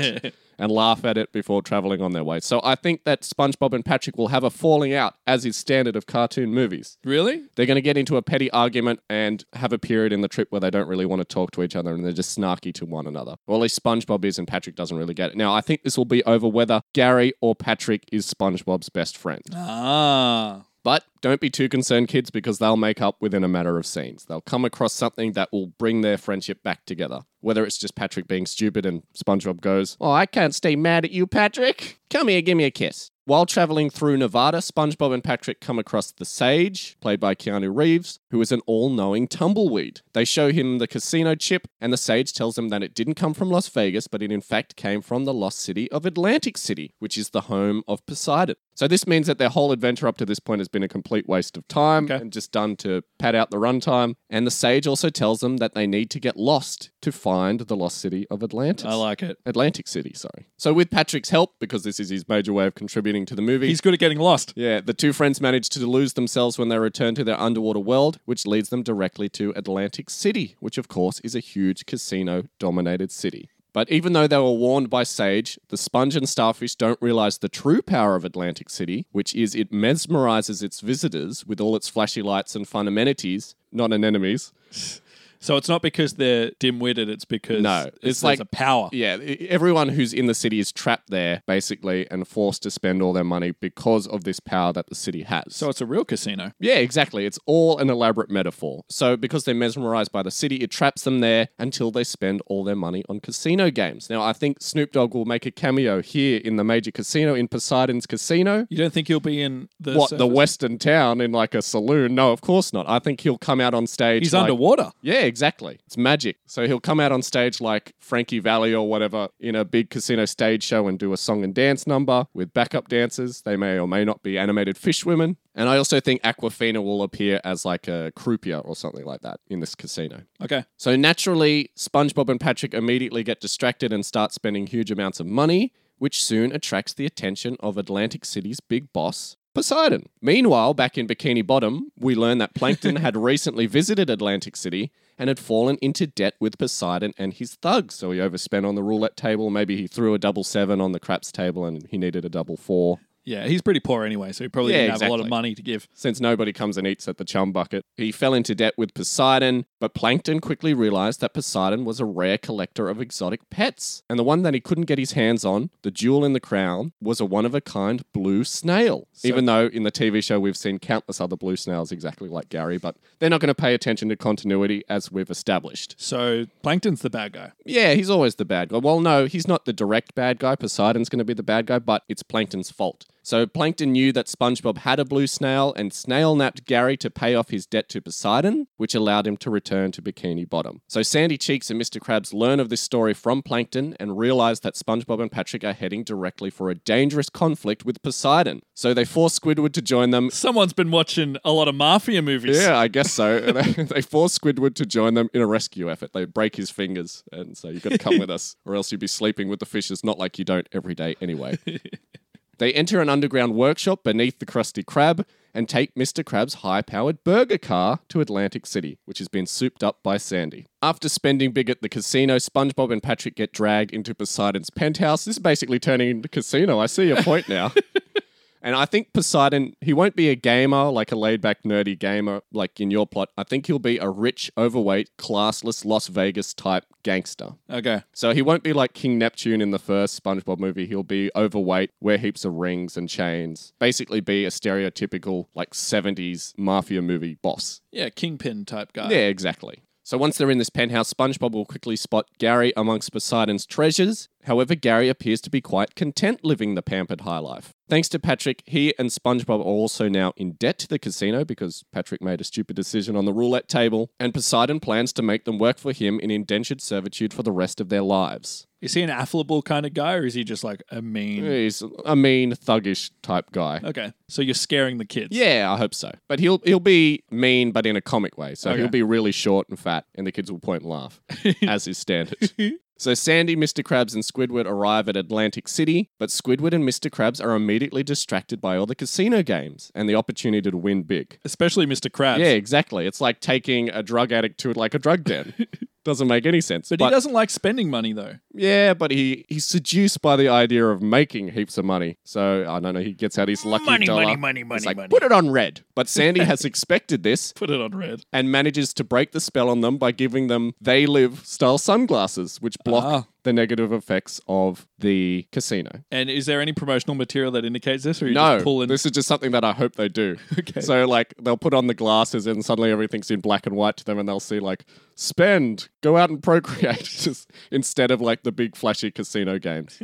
Speaker 2: and laugh at it before traveling on their way. So I think that SpongeBob and Patrick will have a falling out as is standard of cartoon movies.
Speaker 1: Really?
Speaker 2: They're going to get into a petty argument and have a period in the trip where they don't really want to talk to each other and they're just snarky to one another. Well, at least SpongeBob is and Patrick doesn't really get it. Now, I think this will be over whether Gary or Patrick is SpongeBob's best friend.
Speaker 1: Ah.
Speaker 2: But don't be too concerned, kids, because they'll make up within a matter of scenes. They'll come across something that will bring their friendship back together. Whether it's just Patrick being stupid and SpongeBob goes, Oh, I can't stay mad at you, Patrick. Come here, give me a kiss. While traveling through Nevada, SpongeBob and Patrick come across the Sage, played by Keanu Reeves, who is an all knowing tumbleweed. They show him the casino chip, and the Sage tells him that it didn't come from Las Vegas, but it in fact came from the lost city of Atlantic City, which is the home of Poseidon. So this means that their whole adventure up to this point has been a complete waste of time
Speaker 1: Okay.
Speaker 2: and just done to pad out the runtime. And the sage also tells them that they need to get lost to find the lost city of Atlantis.
Speaker 1: I like it.
Speaker 2: Atlantic City, sorry. So with Patrick's help, because this is his major way of contributing to the movie,
Speaker 1: He's good at getting lost.
Speaker 2: yeah, the two friends manage to lose themselves when they return to their underwater world, which leads them directly to Atlantic City, which of course is a huge casino dominated city. But even though they were warned by Sage, the sponge and starfish don't realize the true power of Atlantic City, which is it mesmerizes its visitors with all its flashy lights and fun amenities, not anemones.
Speaker 1: So it's not because they're dim-witted. It's because
Speaker 2: No, it's
Speaker 1: it's
Speaker 2: like-
Speaker 1: like a power.
Speaker 2: Yeah, e- everyone who's in the city is trapped there, basically, and forced to spend all their money because of this power that the city has.
Speaker 1: So it's a real casino.
Speaker 2: Yeah, exactly. It's all an elaborate metaphor. So, because they're mesmerized by the city, it traps them there until they spend all their money on casino games. Now, I think Snoop Dogg will make a cameo here in the major casino, in Poseidon's casino.
Speaker 1: You don't think he'll be in the
Speaker 2: What, the
Speaker 1: surface?
Speaker 2: Western town in like a saloon? No, of course not. I think he'll come out on stage.
Speaker 1: He's
Speaker 2: like-
Speaker 1: underwater.
Speaker 2: Yeah, exactly. It's magic. So he'll come out on stage like Frankie Valley or whatever in a big casino stage show and do a song and dance number with backup dancers. They may or may not be animated fish women. And I also think Aquafina will appear as like a croupier or something like that in this casino.
Speaker 1: Okay.
Speaker 2: So naturally, SpongeBob and Patrick immediately get distracted and start spending huge amounts of money, which soon attracts the attention of Atlantic City's big boss. Poseidon. Meanwhile, back in Bikini Bottom, we learn that Plankton had recently visited Atlantic City and had fallen into debt with Poseidon and his thugs. So he overspent on the roulette table. Maybe he threw a double seven on the craps table and he needed a double four.
Speaker 1: Yeah, he's pretty poor anyway, so he probably
Speaker 2: Yeah,
Speaker 1: didn't have a lot
Speaker 2: exactly.
Speaker 1: of money to give.
Speaker 2: since nobody comes and eats at the chum bucket. He fell into debt with Poseidon, but Plankton quickly realized that Poseidon was a rare collector of exotic pets. And the one that he couldn't get his hands on, the jewel in the crown, was a one of a kind blue snail. Even though in the TV show we've seen countless other blue snails exactly like Gary, but they're not going to pay attention to continuity as we've established.
Speaker 1: So Plankton's the bad guy.
Speaker 2: Yeah, he's always the bad guy. Well, no, he's not the direct bad guy. Poseidon's going to be the bad guy, but it's Plankton's fault. So Plankton knew that SpongeBob had a blue snail, and Snail napped Gary to pay off his debt to Poseidon, which allowed him to return to Bikini Bottom. So Sandy Cheeks and Mr. Krabs learn of this story from Plankton and realize that SpongeBob and Patrick are heading directly for a dangerous conflict with Poseidon. So they force Squidward to join them
Speaker 1: Someone's been watching a lot of mafia movies.
Speaker 2: yeah, I guess so. And they, they force Squidward to join them in a rescue effort. They break his fingers and say, You've got to come with us, or else you'll be sleeping with the fishes, not like you don't every day anyway. they enter an underground workshop beneath the Krusty Krab and take Mr. Krab's high powered burger car to Atlantic City, which has been souped up by Sandy. After spending big at the casino, SpongeBob and Patrick get dragged into Poseidon's penthouse. This is basically turning into casino. I see your point now. And I think Poseidon, he won't be a gamer, like a laid back, nerdy gamer, like in your plot. I think he'll be a rich, overweight, classless Las Vegas type gangster.
Speaker 1: Okay.
Speaker 2: So he won't be like King Neptune in the first SpongeBob movie. He'll be overweight, wear heaps of rings and chains, basically be a stereotypical, like 70s mafia movie boss.
Speaker 1: Yeah, kingpin type guy.
Speaker 2: Yeah, exactly. So once they're in this penthouse, SpongeBob will quickly spot Gary amongst Poseidon's treasures. However, Gary appears to be quite content living the pampered high life. Thanks to Patrick, he and SpongeBob are also now in debt to the casino because Patrick made a stupid decision on the roulette table, and Poseidon plans to make them work for him in indentured servitude for the rest of their lives.
Speaker 1: Is he an affable kind of guy or is he just like a mean?
Speaker 2: He's a mean, thuggish type guy.
Speaker 1: Okay. So you're scaring the kids.
Speaker 2: Yeah, I hope so. But he'll he'll be mean, but in a comic way. So
Speaker 1: Okay.
Speaker 2: he'll be really short and fat, and the kids will point and laugh, as is standard. So Sandy, Mr. Krabs, and Squidward arrive at Atlantic City, but Squidward and Mr. Krabs are immediately distracted by all the casino games and the opportunity to win big.
Speaker 1: Especially Mr. Krabs.
Speaker 2: Yeah, exactly. It's like taking a drug addict to like a drug den. Doesn't make any sense.
Speaker 1: But, he doesn't like spending money though.
Speaker 2: Yeah, but he he's seduced by the idea of making heaps of money. So I don't know. He gets out his lucky
Speaker 1: Money,
Speaker 2: dollar.
Speaker 1: money, money, money,
Speaker 2: It's like,
Speaker 1: money.
Speaker 2: Put it on red. But Sandy has expected this
Speaker 1: Put it on red.
Speaker 2: and manages to break the spell on them by giving them they live style sunglasses, which block
Speaker 1: Ah.
Speaker 2: the negative effects of the casino.
Speaker 1: And is there any promotional material that indicates this or are you
Speaker 2: No,
Speaker 1: just pulling
Speaker 2: this is just something that I hope they do.
Speaker 1: Okay.
Speaker 2: So like they'll put on the glasses and suddenly everything's in black and white to them, and they'll see like spend, go out and procreate, just instead of like the big flashy casino games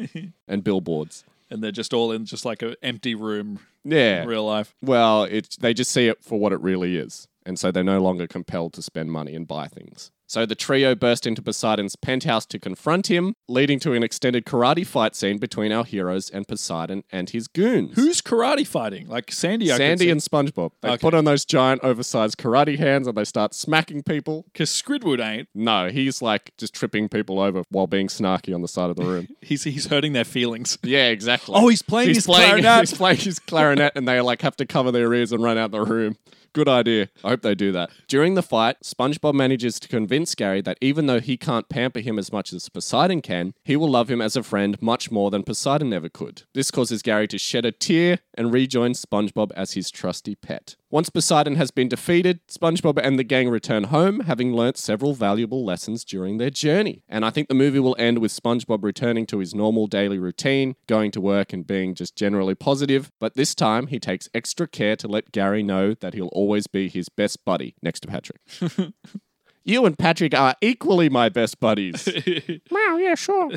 Speaker 2: and billboards.
Speaker 1: and they're just all in just like an empty room
Speaker 2: Yeah.
Speaker 1: in real life.
Speaker 2: Well, it they just see it for what it really is, and so they're no longer compelled to spend money and buy things. So the trio burst into Poseidon's penthouse to confront him, leading to an extended karate fight scene between our heroes and Poseidon and his goons.
Speaker 1: Who's karate fighting? Like Sandy I could
Speaker 2: Sandy
Speaker 1: see.
Speaker 2: and SpongeBob. They
Speaker 1: Okay.
Speaker 2: put on those giant, oversized karate hands and they start smacking people.
Speaker 1: Because Squidward ain't.
Speaker 2: No, he's like just tripping people over while being snarky on the side of the room.
Speaker 1: He's he's hurting their feelings.
Speaker 2: yeah, exactly.
Speaker 1: Oh, he's playing his clarinet.
Speaker 2: He's playing his clarinet, and they like have to cover their ears and run out the room. Good idea. I hope they do that. During the fight, SpongeBob manages to convince Gary that even though he can't pamper him as much as Poseidon can, he will love him as a friend much more than Poseidon ever could. This causes Gary to shed a tear and rejoin SpongeBob as his trusty pet. Once Poseidon has been defeated, SpongeBob and the gang return home, having learnt several valuable lessons during their journey. And I think the movie will end with SpongeBob returning to his normal daily routine, going to work and being just generally positive. But this time, he takes extra care to let Gary know that he'll always be his best buddy next to Patrick. you and Patrick are equally my best buddies. wow, yeah, sure.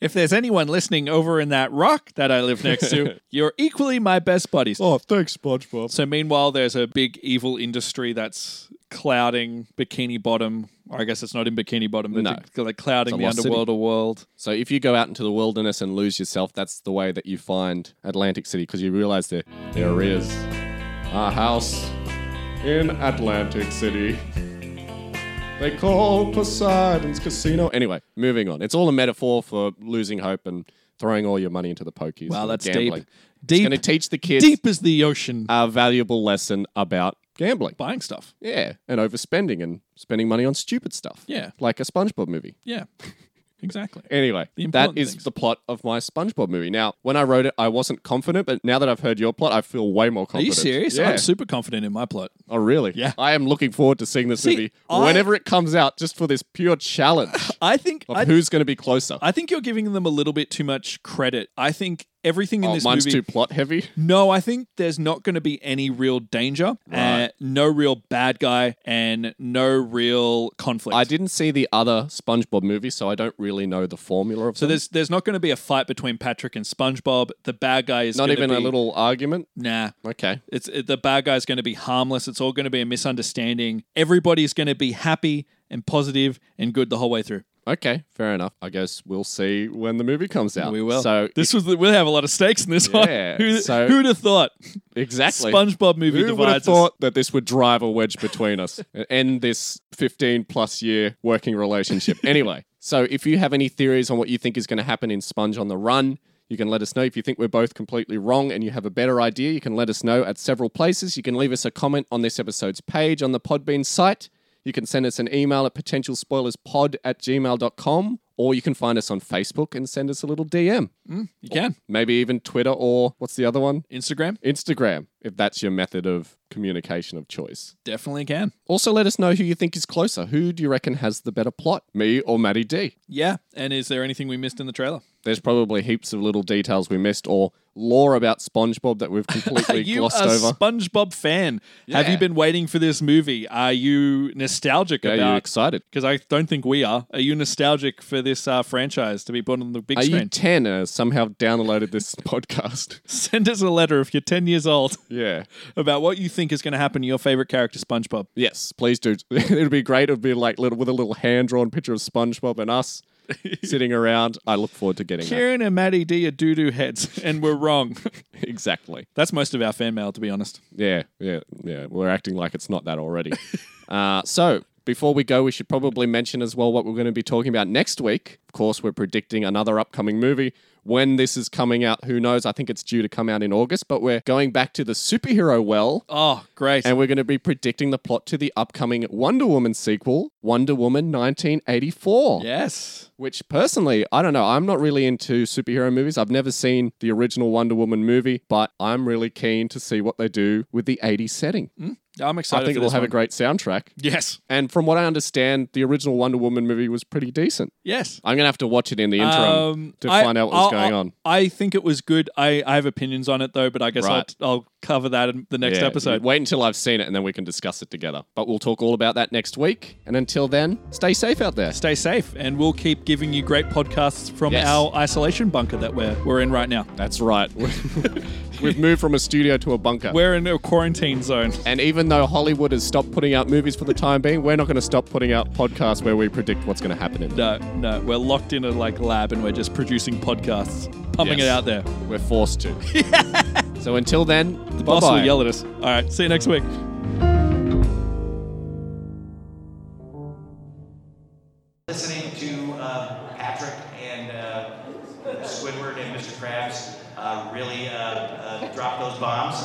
Speaker 1: If there's anyone listening over in that rock that I live next to, you're equally my best buddies.
Speaker 2: Oh, thanks, SpongeBob.
Speaker 1: So meanwhile, there's a big evil industry that's clouding Bikini Bottom. Or I guess it's not in Bikini Bottom. But
Speaker 2: No.
Speaker 1: they're- they're clouding
Speaker 2: It's a
Speaker 1: the
Speaker 2: lost city.
Speaker 1: underworld or world.
Speaker 2: So if you go out into the wilderness and lose yourself, that's the way that you find Atlantic City because you realize there there is a house in Atlantic City. They call Poseidon's Casino. Anyway, moving on. It's all a metaphor for losing hope and throwing all your money into the pokies.
Speaker 1: Wow,
Speaker 2: and
Speaker 1: that's
Speaker 2: gambling. It's
Speaker 1: deep.
Speaker 2: going to
Speaker 1: Deep,
Speaker 2: teach the kids
Speaker 1: deep as the ocean.
Speaker 2: a valuable lesson about gambling.
Speaker 1: buying stuff.
Speaker 2: Yeah, and overspending and spending money on stupid stuff.
Speaker 1: Yeah.
Speaker 2: like a SpongeBob movie.
Speaker 1: Yeah, exactly.
Speaker 2: Anyway,
Speaker 1: The
Speaker 2: that
Speaker 1: important
Speaker 2: is
Speaker 1: things.
Speaker 2: the plot of my SpongeBob movie. Now, when I wrote it, I wasn't confident, but now that I've heard your plot, I feel way more
Speaker 1: Are
Speaker 2: confident.
Speaker 1: you serious?
Speaker 2: Yeah.
Speaker 1: I'm super confident in my plot.
Speaker 2: oh, really?
Speaker 1: Yeah.
Speaker 2: I am looking forward to seeing this
Speaker 1: See,
Speaker 2: movie
Speaker 1: I-
Speaker 2: whenever it comes out, just for this pure challenge
Speaker 1: I think
Speaker 2: of
Speaker 1: I,
Speaker 2: who's going to be closer.
Speaker 1: I think you're giving them a little bit too much credit. I think everything in
Speaker 2: Oh,
Speaker 1: this
Speaker 2: mine's
Speaker 1: movie.
Speaker 2: too plot heavy.
Speaker 1: No, I think there's not going to be any real danger, uh, no real bad guy, and no real conflict.
Speaker 2: I didn't see the other SpongeBob movie, so I don't really know the formula of
Speaker 1: So there's there's not going to be a fight between Patrick and SpongeBob. The bad guy is
Speaker 2: not
Speaker 1: gonna
Speaker 2: even a
Speaker 1: be-
Speaker 2: little argument.
Speaker 1: nah.
Speaker 2: Okay.
Speaker 1: It's it, the bad guy's going to be harmless. It's all going to be a misunderstanding. Everybody's going to be happy and positive and good the whole way through.
Speaker 2: Okay, fair enough. I guess we'll see when the movie comes out.
Speaker 1: We will.
Speaker 2: So
Speaker 1: this was the, we'll have a lot of stakes in this
Speaker 2: Yeah,
Speaker 1: one. Who,
Speaker 2: so-
Speaker 1: who'd have thought?
Speaker 2: exactly.
Speaker 1: SpongeBob movie
Speaker 2: Who would have
Speaker 1: divides us.
Speaker 2: thought that this would drive a wedge between us and end this 15 plus year working relationship? Anyway, so if you have any theories on what you think is going to happen in Sponge on the Run, you can let us know. If you think we're both completely wrong and you have a better idea, you can let us know at several places. You can leave us a comment on this episode's page on the Podbean site. You can send us an email at potentialspoilerspod at gmail.com or you can find us on Facebook and send us a little DM.
Speaker 1: You can
Speaker 2: Maybe even Twitter or what's the other one?
Speaker 1: Instagram
Speaker 2: Instagram, if that's your method of communication of choice.
Speaker 1: definitely can.
Speaker 2: Also, let us know who you think is closer. Who do you reckon has the better plot, me or Maddie D?
Speaker 1: Yeah. And is there anything we missed in the trailer?
Speaker 2: There's probably heaps of little details we missed or lore about SpongeBob that we've
Speaker 1: Are
Speaker 2: completely
Speaker 1: you a
Speaker 2: glossed over.
Speaker 1: SpongeBob fan? Have
Speaker 2: Yeah.
Speaker 1: you been waiting for this movie? Are you nostalgic
Speaker 2: Are you
Speaker 1: about
Speaker 2: excited?
Speaker 1: because I don't think we are. Are you nostalgic for this uh, franchise to be put on the big
Speaker 2: Are you
Speaker 1: screen?
Speaker 2: 10 and have somehow downloaded this podcast?
Speaker 1: Send us a letter if you're 10 years old
Speaker 2: Yeah.
Speaker 1: about what you think is going to happen to your favorite character, SpongeBob.
Speaker 2: Yes, please do. It'd be great. It'd be like little, with a little hand drawn picture of SpongeBob and us sitting around. I look forward to getting that.
Speaker 1: Kieran and Maddie D are doo doo heads, and we're wrong.
Speaker 2: Exactly.
Speaker 1: That's most of our fan mail, to be honest.
Speaker 2: Yeah, yeah, yeah. We're acting like it's not that already. uh, so before we go, we should probably mention as well what we're going to be talking about next week. Of course, we're predicting another upcoming movie. When this is coming out, who knows? I think it's due to come out in August, but we're going back to the superhero well.
Speaker 1: Oh, great.
Speaker 2: And we're going to be predicting the plot to the upcoming Wonder Woman sequel, Wonder Woman 1984.
Speaker 1: yes.
Speaker 2: Which, personally, I don't know. I'm not really into superhero movies. I've never seen the original Wonder Woman movie, but I'm really keen to see what they do with the 80s setting.
Speaker 1: I'm excited.
Speaker 2: I think
Speaker 1: for
Speaker 2: it will
Speaker 1: this
Speaker 2: have a
Speaker 1: one.
Speaker 2: great soundtrack.
Speaker 1: Yes.
Speaker 2: And from what I understand, the original Wonder Woman movie was pretty decent.
Speaker 1: Yes.
Speaker 2: I'm going to have to watch it in the interim
Speaker 1: Um,
Speaker 2: to
Speaker 1: I-
Speaker 2: find out what's
Speaker 1: I'll-
Speaker 2: going
Speaker 1: I'll-
Speaker 2: on.
Speaker 1: I think it was good. I, I have opinions on it, though, but I guess
Speaker 2: Right.
Speaker 1: I'll, I'll cover that in the next
Speaker 2: Yeah,
Speaker 1: episode.
Speaker 2: Wait until I've seen it and then we can discuss it together. But we'll talk all about that next week. And until then, stay safe out there.
Speaker 1: Stay safe, and we'll keep giving you great podcasts from
Speaker 2: Yes.
Speaker 1: our isolation bunker that we're, we're in right now.
Speaker 2: That's right. We've moved from a studio to a bunker.
Speaker 1: We're in a quarantine zone.
Speaker 2: and even though Hollywood has stopped putting out movies for the time being, we're not going to stop putting out podcasts where we predict what's going to happen in them.
Speaker 1: No, no, we're locked in a like lab and we're just producing podcasts, pumping
Speaker 2: Yes.
Speaker 1: it out there.
Speaker 2: We're forced to. so until then,
Speaker 1: The boss
Speaker 2: bye-bye.
Speaker 1: will yell at us. All right, see you next week.
Speaker 4: listening to uh, Patrick and uh, Squidward and Mr. Krabs uh, really uh, uh, drop those bombs.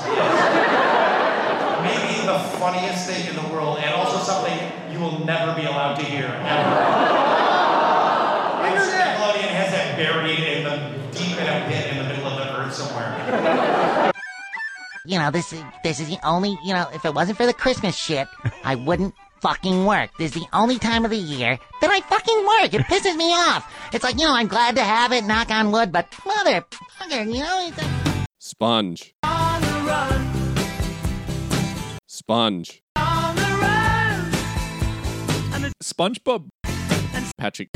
Speaker 4: Maybe the funniest thing in the world, and also something you will never be allowed to hear. Ever. And Nickelodeon has that buried in the deep in a pit in the middle of the earth somewhere.
Speaker 5: you know, this is this is the only, you know, if it wasn't for the Christmas shit, I wouldn't fucking work. This is the only time of the year that I fucking work. It pisses me off. It's like, you know, I'm glad to have it, knock on wood, but motherfucker, you know, it's like
Speaker 2: Sponge. Sponge.
Speaker 1: SpongeBob.
Speaker 2: Patrick.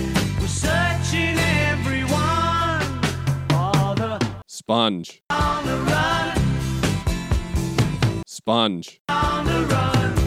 Speaker 2: Sponge. Sponge.